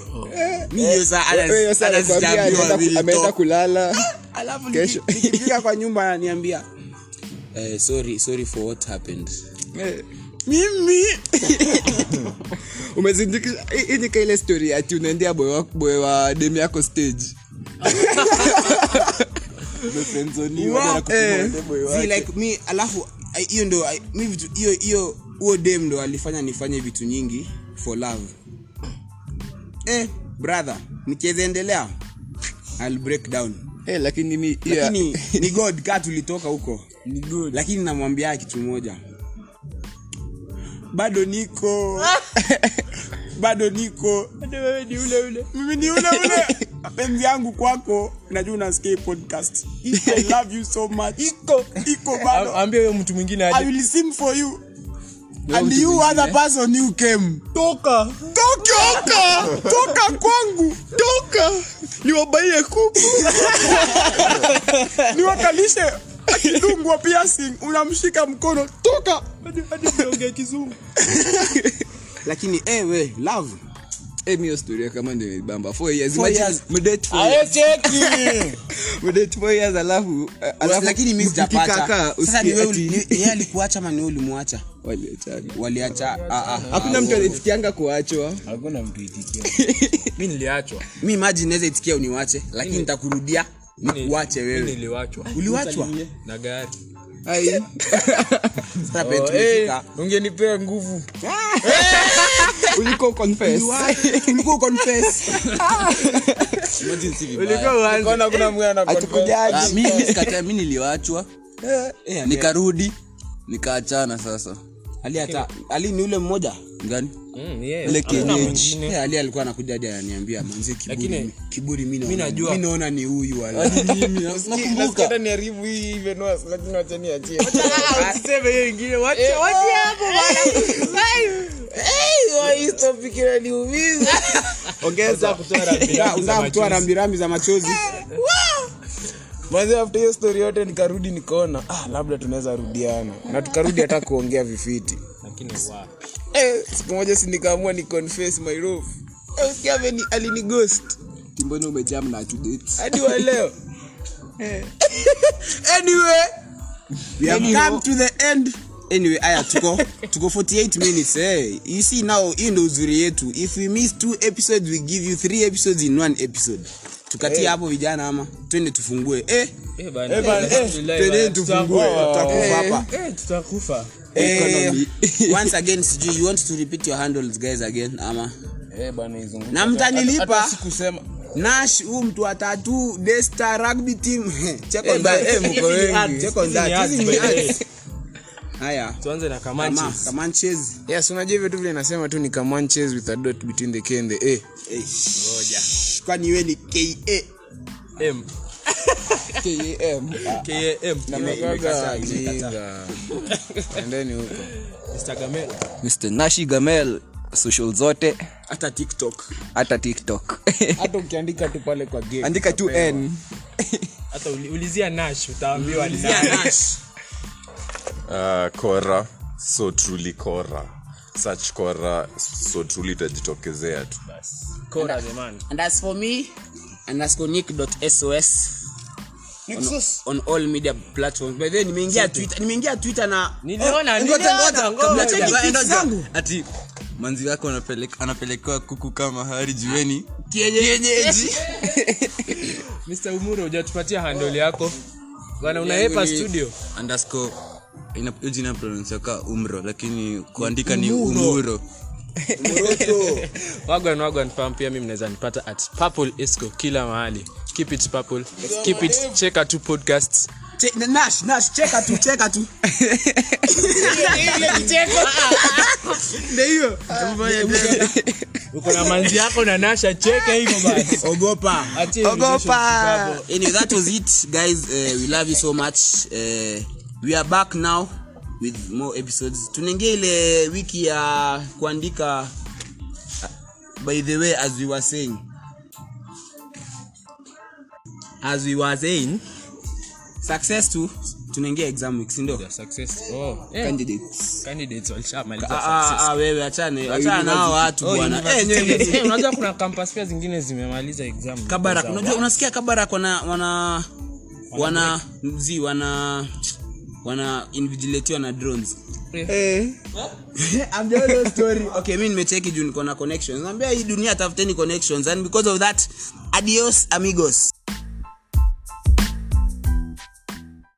A: mi hiyo saa hata-
C: Wewe hiyo saa
A: hata
C: nakwambia
A: sijaambiwa
C: ameenda-
A: vile
C: ameenda
A: itoka. Ah!
C: kulala
A: alafu
C: kesho.
A: niki- nikifika kwa nyumba ananiambia eh, sorry sorry for what happened Eh,
C: mimi umezindikisha hii- hii ni kaile story ati unaendea boy wa, boy wa demu yako stage Eh,
A: See, like mi alafu I- hiyo ndo I- mi vitu hiyo hiyo huo dem ndo alifanya nifanye vitu nyingi for love eh brother nikiwezaendelea ill break down
C: eh, lakini mi yeah.
A: lakini ni god kaa tulitoka huko lakini namwambia kitu moja bado niko bado niko mimi ni ule ule mapenzi yangu kwako najua unasikia hii podcast i love you so much iko iko bado
B: ambia huyo mtu mwingine
A: I
B: aje
A: will sing for you. And you other person you came.
B: toka
A: Toka! Toka kwangu! Toka! Niwabaie kuku. Niwakalishe kidungu wa piercing unamshika mkono. Toka!
B: ongea kizungu
A: Lakini eh we love.
C: eh, mi hiyo story ya kama ndio ibamba 4 years
A: Four
C: imagine
A: years.
C: mdate 4 years
B: aye cheki
C: mdate 4 years alafu uh, alafu
A: Lakini mimi sijapata.
C: mkikaka,
A: Sasa ni
C: usikie
A: wewe
C: ati-
A: ni- yeye alikuacha ama ni wewe ulimwacha?
C: waliachana
A: Waliacha. Ah ah.
C: hakuna mtu anaitikianga kuachwa
B: hakuna mtu itikia mi niliachwa
A: Mimi imagine naweza itikia uniwache lakini nitakurudia nikuache
B: Mi
A: wewe.
B: niliwachwa
A: Uliwachwa?
B: na gari
C: Ai.
A: Sasa penye
B: Oh, eh,
A: tumefika.
B: ungenipea nguvu
C: uliko confess
A: Ulikuwa confess.
B: Nikaona kuna mwana
A: Ah,
C: atukujaji
A: mi-
L: mi niliwachwa nikarudi nikaachana sasa
A: ali hata ali ni ule mmoja
L: gani
B: Mm,
C: Ile kienyeji.
A: Eh, ali alikuwa anakuja hadi ananiambia manzi kiburi
B: Lakini-
A: kiburi mimi naona-
B: mi najua.
A: mi naona ni huyu wala." Yaani
B: nakumbuka niharibu hii even worse, lakini wacha niachie. Wacha, usiseme hiyo ingine, wacha, wacha hapo bwana. Zayu. Eh, wa hii topic inaniumiza.
A: Unataka kutoa rambirambi za machozi
B: Manze, after hiyo story yote nikarudi nikaona ah, labda tunaweza rudiana na tukarudi hata kuongea vifiti eh, siku moja si nikaamua ni confess my love Eh, usikia ameni- alinighost
C: timbona umejam na tudate
B: hadi wa leo
A: Eh.
B: anyway
A: we have come to the end anyway aya tuko tuko 48 minutes eh you see now hii ndio uzuri yetu if we miss two episodes we give you three episodes in one episode tukatie hapo vijana ama twende tufungue eh
B: eh.
A: twende tufungue tutakufa hapa
B: tutakufa
A: Eh, once again sijui you want to repeat your handles guys again ama
B: Eh, bana, izungumza.
A: na mtanilipa
B: Hata sikusema
A: nash huu mtu wa tatu desta rugby team Check on
B: Eh, ba-
A: that.
B: eh, mko
A: Hizi ni
B: wengi.
A: ads, check on
B: Hizi ni
A: that.
B: ads,
A: Hizi ni
B: by the
A: ads.
B: way.
A: haya
B: tuanze na
A: Kama-
B: kamanches
A: Kamanches.
D: yes unajua hivyo tu vile nasema tu ni kamanches with a dot between the k and the a
A: Eh, kwani we ni ka
B: M. KAM.
A: Imekataa, imekataa.
D: endeni huko
B: Mr. Gamel.
C: mr nashi gamel social zote
A: hata tiktok
C: hata tiktok
B: hata ukiandika tu pale kwa game
C: andika tu n
B: hata uli- ulizia nash utaambiwa ni nani.
F: Ah, kora so truly kora such kora so truly itajitokezea tu
B: Kora the man.
A: and as for me underscore nick dot sos on, on all media platforms by the way nimeingia twitter nimeingia twitter na
B: Niliona, niliona, ngoja.
A: nacheki tweets zangu
L: ati manzi wako anapelek- anapelekewa kuku kama hari jueni
A: kienyeji
B: mr umuro hujatupatia handoli yako bana unaepa studio
C: underscore ina- hiyo jina pronounce ka umro lakini kuandika ni umuro
B: wagwan wagwan fam pia mi mnaweza nipata at purple esco kila mahali keep it purple keep it cheka tu podcasts
N: cheka tu cheka tu
B: uko na manzi yako na nasha cheka hivyo basi ogopa ogopa
A: anyway that was it guys uh, we love you so much uh, we are back now with more episodes tunaingia ile wiki ya kuandika uh, by the way as we were saying as we were saying success to tunaingia exam week sindo
B: success oh yeah.
A: candidates
B: candidates walishamaliza
A: Ah,
B: success.
A: ah, ah, wewe achane achana nao watu bwana Eh, nyewe-
B: Eh, unajua kuna campus pia zingine zimemaliza exam
A: kabarak
B: Za-
A: unajua unasikia kabarak wana wana wana mzi wana wana invigilatiwa na drones okay mi nimecheki juu niko na connections naambia hii dunia tafuteni connections and because of that adios amigos